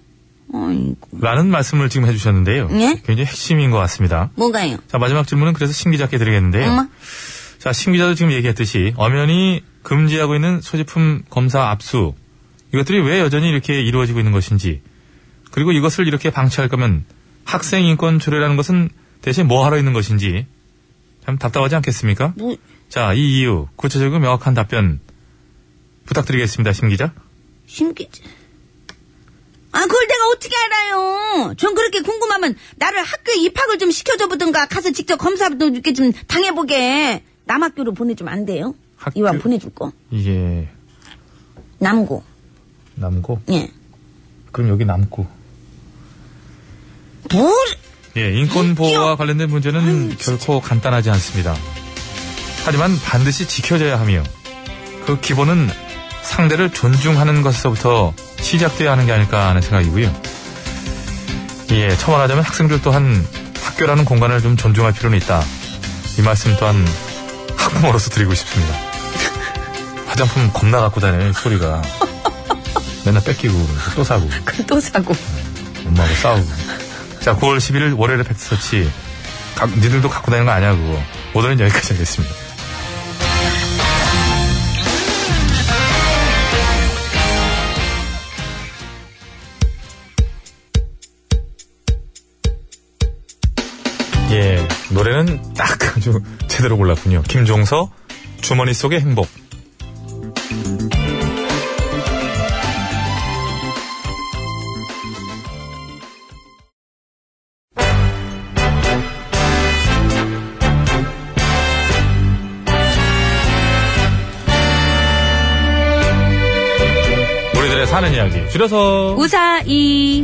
어이, 라는 말씀을 지금 해주셨는데요. 예? 굉장히 핵심인 것 같습니다. 뭐가요? 자, 마지막 질문은 그래서 신 기자께 드리겠는데요. 엄마? 자, 신 기자도 지금 얘기했듯이 엄연히 금지하고 있는 소지품 검사 압수 이것들이 왜 여전히 이렇게 이루어지고 있는 것인지 그리고 이것을 이렇게 방치할 거면 학생 인권 조례라는 것은 대신 뭐 하러 있는 것인지 참 답답하지 않겠습니까? 뭐- 자, 이 이유 구체적이고 명확한 답변 부탁드리겠습니다, 신 기자. 신기지. 아, 그걸 내가 어떻게 알아요? 전 그렇게 궁금하면 나를 학교에 입학을 좀 시켜줘 보든가 가서 직접 검사도 이렇게 좀 당해보게. 남학교로 보내주면 안 돼요? 이왕 보내줄 거. 이게 남고. 남고. 예. 그럼 여기 남고. 뭘? 예, 인권 보호와 관련된 문제는 결코 간단하지 않습니다. 하지만 반드시 지켜져야 하며 그 기본은 상대를 존중하는 것에서부터 시작돼야 하는 게 아닐까 하는 생각이고요. 예, 첨언하자면 학생들 또한 학교라는 공간을 좀 존중할 필요는 있다. 이 말씀 또한 학부모로서 드리고 싶습니다. 화장품 겁나 갖고 다녀요, 이 소리가. 맨날 뺏기고 그러면서 또 사고. <laughs> 그럼 또 사고. 엄마하고 싸우고. 자, 9월 11일 월요일에 팩트서치. 가- 니들도 갖고 다니는 거 아니야, 그거. 오늘은 여기까지 하겠습니다. 예, 노래는 딱 아주 <laughs> 제대로 골랐군요. 김종서, 주머니 속의 행복. 우리들의 사는 이야기 줄여서 우사이.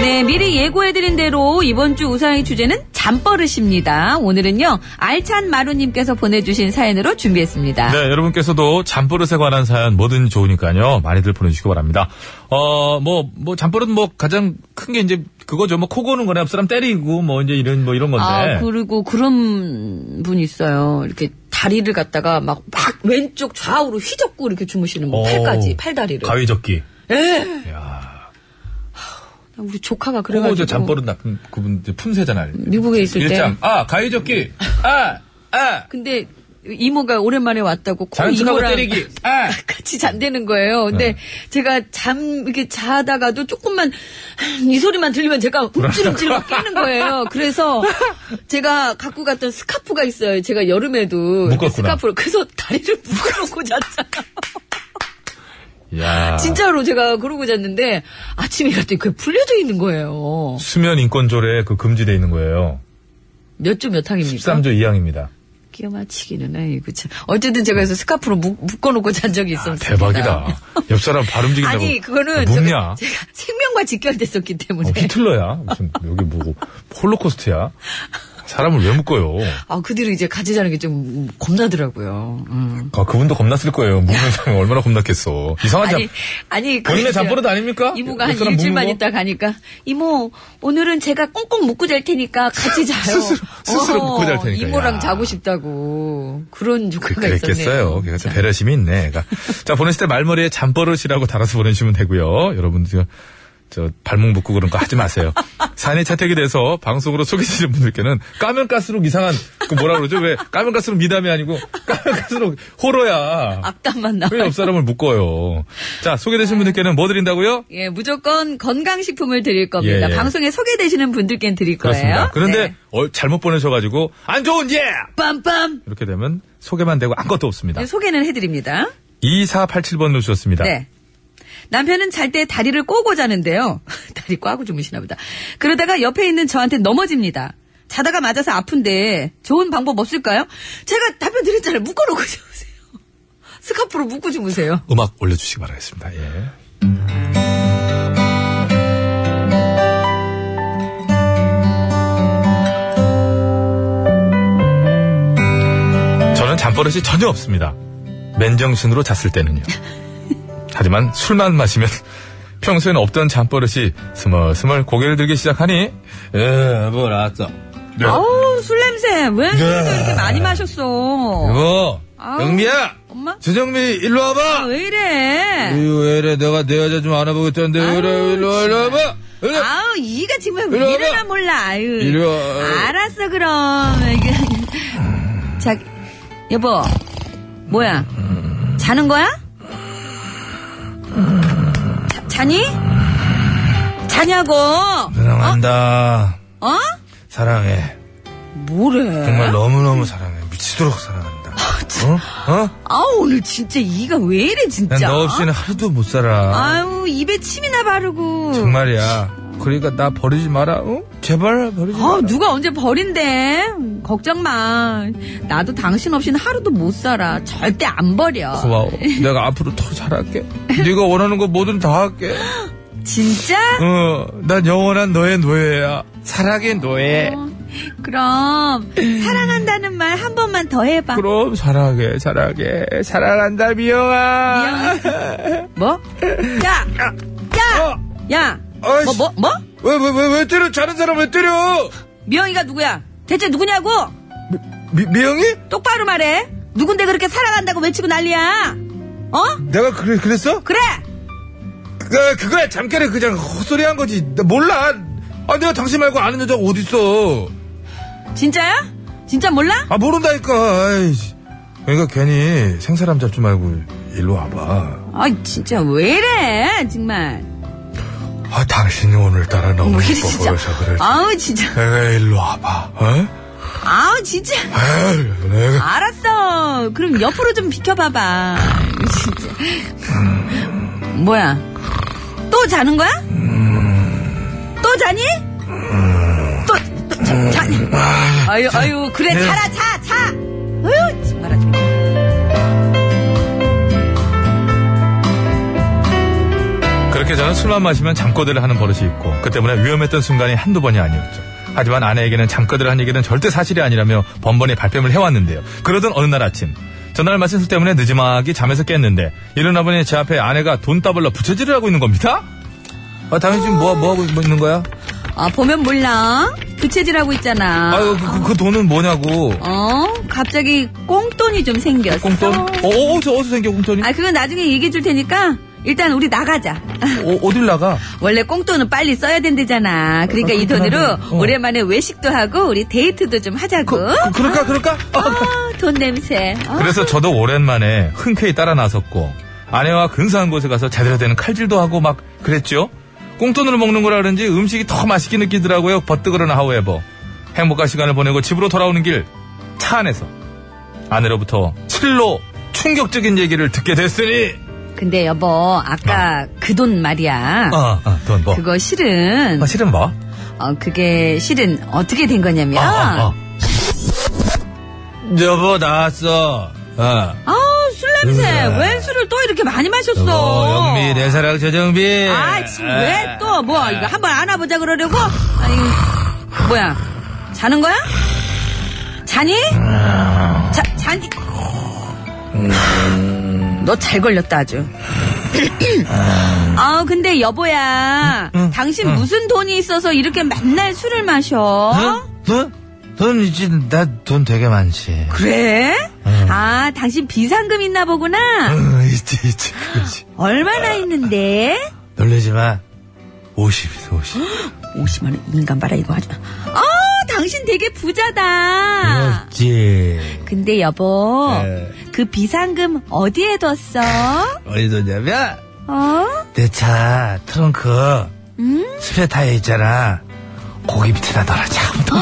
네, 미리 예고해드린 대로 이번 주 우사의 주제는 잠버릇입니다. 오늘은요, 알찬 마루님께서 보내주신 사연으로 준비했습니다. 네, 여러분께서도 잠버릇에 관한 사연 뭐든 좋으니까요. 많이들 보내주시기 바랍니다. 어, 뭐, 뭐, 잠버릇 뭐 가장 큰 게 이제 그거죠. 뭐, 코 고는 거나 사람 때리고 뭐, 이제 이런, 뭐, 이런 건데. 아, 그리고 그런 분이 있어요. 이렇게 다리를 갖다가 막, 막 왼쪽 좌우로 휘젓고 이렇게 주무시는 분, 오. 팔까지, 팔다리를. 가위젓기. 예. 우리 조카가 그거 저 그래가지고. 잠버릇 나쁜 그분 이제 품새잖아요. 미국에 있을 때. 일장. 아, 가위젓기. 아, 아. 근데 이모가 오랜만에 왔다고 코 자연스럽게 이모랑 <laughs> 때리기. 아. 네. 같이 잠드는 거예요. 근데 제가 잠 이렇게 자다가도 조금만 이 소리만 들리면 제가 움찔움찔 <laughs> 막 깨는 거예요. 그래서 제가 갖고 갔던 스카프가 있어요. 제가 여름에도 이렇게 묶었구나. 스카프를 그래서 다리를 <laughs> 묶어놓고 잤잖아. 야. 진짜로 제가 그러고 잤는데 아침에 갔더니 그게 풀려져 있는 거예요. 수면 인권조례에 그 금지돼 있는 거예요. 몇 주 몇 항입니까? 13조 2항입니다. 끼어 맞히기는 아이고 참. 어쨌든 제가 그래서 스카프로 묶, 어놓고잔 적이 있었어요. 대박이다. 옆 사람 발 움직인다고. 아니 그거는 묻냐? 제가, 제가 <laughs> 생명과 직결됐었기 때문에. 어, 히틀러야? 무슨 여기 뭐고 홀로코스트야? 사람을 왜 묶어요? 아, 그 뒤로 이제 같이 자는 게 좀 겁나더라고요. 음. 아, 그분도 겁났을 거예요. 묶는 사람이 얼마나 겁났겠어. 이상한 아니, 잠. 아니, 그 본인의 잠버릇 아닙니까? 이모가 옆 한 사람 일주일만 묶는 있다 가니까, 이모, 오늘은 제가 꽁꽁 묶고 잘 테니까 같이 자요. <laughs> 스스로- 스스로 묶고 잘 테니까. 이모랑 야. 자고 싶다고. 그런 조카가 있었네요. 그랬겠어요. 걔가 참 배려심이 있네. 애가. 자, 보내실 때 말머리에 잠버릇이라고 달아서 보내주시면 되고요. 여러분, 저, 저 발목 묶고 그런 거 하지 마세요. 사내 채택이 돼서 방송으로 소개해주시는 분들께는 까면 깔수록 이상한, 그 뭐라 그러죠? 왜 까면 갈수록 미담이 아니고 까면 갈수록 호러야. 악담만 나와요. 왜 옆 사람을 묶어요? 자, 소개되신 분들께는 뭐 드린다고요? 예, 무조건 건강식품을 드릴 겁니다. 예, 예. 방송에 소개되시는 분들께는 드릴 거예요. 그렇습니다. 그런데 네. 어, 잘못 보내셔가지고 안 좋은 예 빰빰! 이렇게 되면 소개만 되고 아무것도 없습니다. 네, 소개는 해드립니다. 2487번으로 주셨습니다. 네. 남편은 잘 때 다리를 꼬고 자는데요. <laughs> 다리 꼬고 주무시나 보다. 그러다가 옆에 있는 저한테 넘어집니다. 자다가 맞아서 아픈데 좋은 방법 없을까요? 제가 답변 드렸잖아요. 묶어놓고 <laughs> 주무세요. 스카프로 묶고 주무세요. 음악 올려주시기 바라겠습니다. 예. 저는 잠버릇이 전혀 없습니다. 맨정신으로 잤을 때는요. 하지만 술만 마시면 <laughs> 평소엔 없던 잠버릇이 스멀스멀 고개를 들기 시작하니 예, 여보 나왔어. 네. 아우 술 냄새. 왜 술도 이렇게 많이 마셨어? 여보 아우, 영미야 엄마? <laughs> 주정미 일로 와봐. 아, 왜 이래? 이유 왜 이래? 내가 내 여자 좀 알아보겠다는데 왜 이래? 일로 일로 와봐. 일로 와. 아우 이가 정말 이리 와봐. 왜 이러나 몰라. 아유. 이리 와. 알았어 그럼. 자 여보 뭐야 자는 거야? 자, 자니? 자냐고? 사랑한다. 어? 사랑해. 뭐래? 정말 너무너무 사랑해. 미치도록 사랑한다. 어? 어? 아 오늘 진짜 이가 왜 이래 진짜? 난 너 없이는 하루도 못 살아. 아유 입에 침이나 바르고. 정말이야. 그러니까 나 버리지 마라. 어? 제발 버리지 아 마라. 누가 언제 버린대? 걱정 마. 나도 당신 없이는 하루도 못 살아. 절대 안 버려. 고마워. 내가 앞으로 더 잘할게. 네가 원하는 거 뭐든 다 할게. 진짜? 어, 난 영원한 너의 노예야. 사랑의 노예. 그럼 사랑한다는 말 한 번만 더 해봐. 그럼 사랑해 사랑해 사랑한다 미영아. 뭐? 야, 야, 야. 뭐 뭐 뭐? 왜 왜 왜 왜 때려? 자는 사람 왜 때려? 미영이가 누구야? 대체 누구냐고? 미, 미영이? 똑바로 말해. 누군데 그렇게 사랑한다고 외치고 난리야? 어? 내가 그래 그랬어? 그래. 그 그거야 잠깐에 그냥 헛소리 한 거지. 나 몰라. 아 내가 당신 말고 아는 여자 어디 있어? 진짜야? 진짜 몰라? 아 모른다니까. 아이씨. 그러니까 괜히 생사람 잡지 말고 일로 와봐. 아 진짜 왜 이래 정말. 아 당신이 오늘따라 너무 왜 이래, 이뻐 진짜. 보여서 그래. 아우 진짜. 내가 일로 와봐. 어? 아우 진짜. 에이, 네. 내가 알았어. 그럼 옆으로 좀 비켜봐봐. 진짜. 뭐야? 또 자는 거야? 또 자니? 또, 또 자, 자니? 아유, 아유, 그래, 네. 자라, 자, 자! 아유, 정말 아주. 그렇게 저는 술만 마시면 잠꼬대를 하는 버릇이 있고 그 때문에 위험했던 순간이 한두 번이 아니었죠. 하지만 아내에게는 잠꼬대를 한 얘기는 절대 사실이 아니라며 번번이 발뺌을 해왔는데요. 그러던 어느 날 아침 전날 마신 술 때문에 늦지막이 잠에서 깼는데 일어나 보니 제 앞에 아내가 돈 따블러 부채질을 하고 있는 겁니다. 아 당신 지금 뭐, 뭐 하고 있는 거야? 아, 보면 몰라. 부채질하고 있잖아. 아유 그, 그, 그 돈은 뭐냐고. 아, 어, 갑자기 꽁돈이 좀 생겼어. 꽁돈? 어, 어디서 어디서 생겨 꽁돈이? 아, 그건 나중에 얘기해 줄 테니까 일단 우리 나가자. <laughs> 어, 어딜 나가? 원래 꽁돈은 빨리 써야 된대잖아. 그러니까 아, 이 그렇긴 돈으로 하네. 어. 오랜만에 외식도 하고 우리 데이트도 좀 하자고. 어? 그, 그럴까 그럴까? 아, 돈 냄새. 아. 그래서 저도 오랜만에 흔쾌히 따라 나섰고 아내와 근사한 곳에 가서 제대로 되는 칼질도 하고 막 그랬죠. 꽁돈으로 먹는 거라 그런지 음식이 더 맛있게 느끼더라고요. 버뜨거나 하우에버 행복한 시간을 보내고 집으로 돌아오는 길 차 안에서 아내로부터 칠로 충격적인 얘기를 듣게 됐으니 근데 여보, 아까 그 돈 말이야. 아돈 뭐? 그거 실은 아, 실은 뭐? 어 그게 실은 어떻게 어. 된 거냐면 아, 여보 나왔어. 어. 아우, 술 냄새 으아. 웬 술을 또 이렇게 많이 여보, 네. 마셨어 영미 내 사랑 저정비. 아 예. 지금 왜 또 뭐 이거 한번 안아보자 그러려고 아이 뭐야 자는 거야 자니 자 자니 너 잘 걸렸다 아주 아 근데 여보야 당신 무슨 돈이 있어서 이렇게 맨날 술을 마셔 어? 돈? 돈 있지 나 돈 되게 많지. 그래? 아, 당신 비상금 있나 보구나. 어, 있지 있지 그렇지. 얼마나 있는데? 놀래지 마. 50이다 50. 50만 원 인간 봐라 이거 하지 마. 아, 당신 되게 부자다. 네. 그렇지. 근데 여보, 네. 그 비상금 어디에 뒀어? 어디 뒀냐면 어? 내 차 트렁크 음? 스페 타이어 있잖아. 고기 밑에다 넣어라. 참. 아!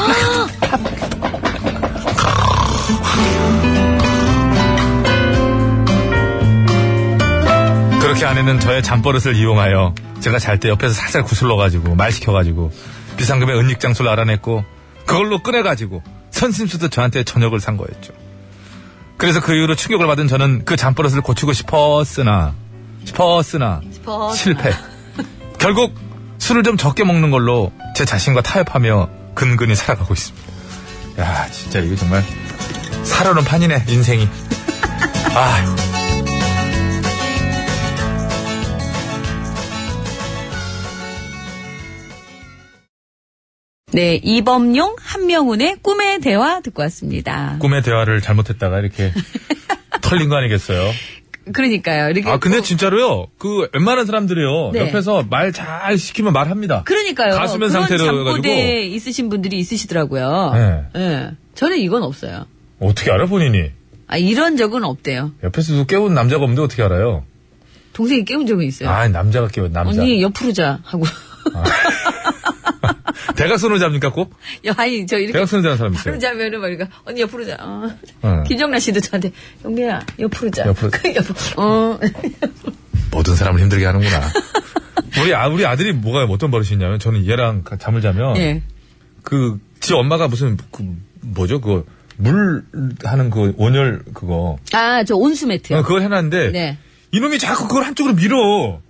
그렇게 아내는 저의 잠버릇을 이용하여 제가 잘 때 옆에서 살살 구슬러가지고 말 시켜가지고 비상금의 은닉장소를 알아냈고 그걸로 꺼내가지고 선심수도 저한테 저녁을 산 거였죠. 그래서 그 이후로 충격을 받은 저는 그 잠버릇을 고치고 싶었으나 싶었으나 싶었으나. 실패. 결국 술을 좀 적게 먹는 걸로 제 자신과 타협하며 근근히 살아가고 있습니다. 야 진짜 이거 정말 살아오는 판이네 인생이. 아유. 네, 이범용, 한명훈의 꿈의 대화 듣고 왔습니다. 꿈의 대화를 잘못했다가 이렇게 털린 거 아니겠어요? 그러니까요. 이렇게 아 근데 진짜로요. 그 웬만한 사람들이요 네. 옆에서 말 잘 시키면 말합니다. 그러니까요. 가수면 그런 상태로 잠꼬대 있으신 분들이 있으시더라고요. 네. 예. 저는 이건 없어요. 어떻게 알아 본인이? 아, 이런 적은 없대요. 옆에서도 깨운 남자가 없는데 어떻게 알아요? 동생이 깨운 적은 있어요. 아 남자가 깨운 남자. 네. 언니 옆으로 자 하고 아. <laughs> 대각선으로 잡니까 꼭? 야, 아니 저 이렇게 대각선으로 자는 사람 바로 있어요. 자면은 막 이러니까 언니 옆으로 자 어. 응. 김정란 씨도 저한테 영미야 옆으로 자 옆으로- 그 <laughs> 옆으로 어. 모든 사람을 힘들게 <laughs> 하는구나. 우리 아 우리 아들이 뭐가 어떤 버릇이 있냐면 저는 얘랑 가- 잠을 자면 예. 그 지 엄마가 무슨 그 뭐죠 그 물 하는 그 온열 그거 아 저 온수 매트요 어, 그걸 해놨는데 네. 이놈이 자꾸 그걸 한쪽으로 밀어.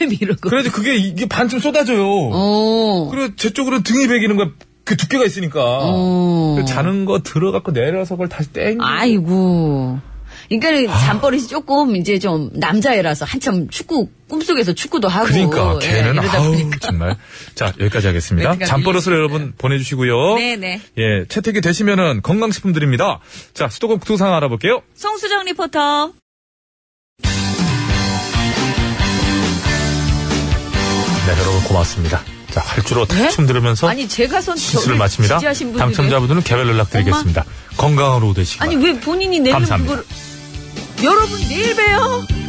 왜 밀어? 그래야지 그게 이게 반쯤 쏟아져요. 그 어. 그래 제 쪽으로 등이 베기는 거야. 그 두께가 있으니까. 어. 그 자는 거 들어갖고 내려서 그걸 다시 땡. 아이고. 그러니까 잠버릇이 조금 이제 좀 남자애라서 한참 축구 꿈속에서 축구도 하고 그러니까 예, 걔는 이러다 아우 보니까. 정말 자 여기까지 하겠습니다. 멘트가 잠버릇을 여러분 보내주시고요. 네네. 예 채택이 되시면은 건강식품 드립니다. 자 수도권 국토상 알아볼게요. 송수정 리포터. 네 여러분 고맙습니다. 자 활주로 네? 탁춤 들으면서 아니 제가 선 시술을 저를 마칩니다. 지지하신 분들이- 당첨자분들은 개별 연락드리겠습니다. 건강으로 되시기 아니 왜 본인이 내일 감사합니다. 그걸 여러분 내일 봬요.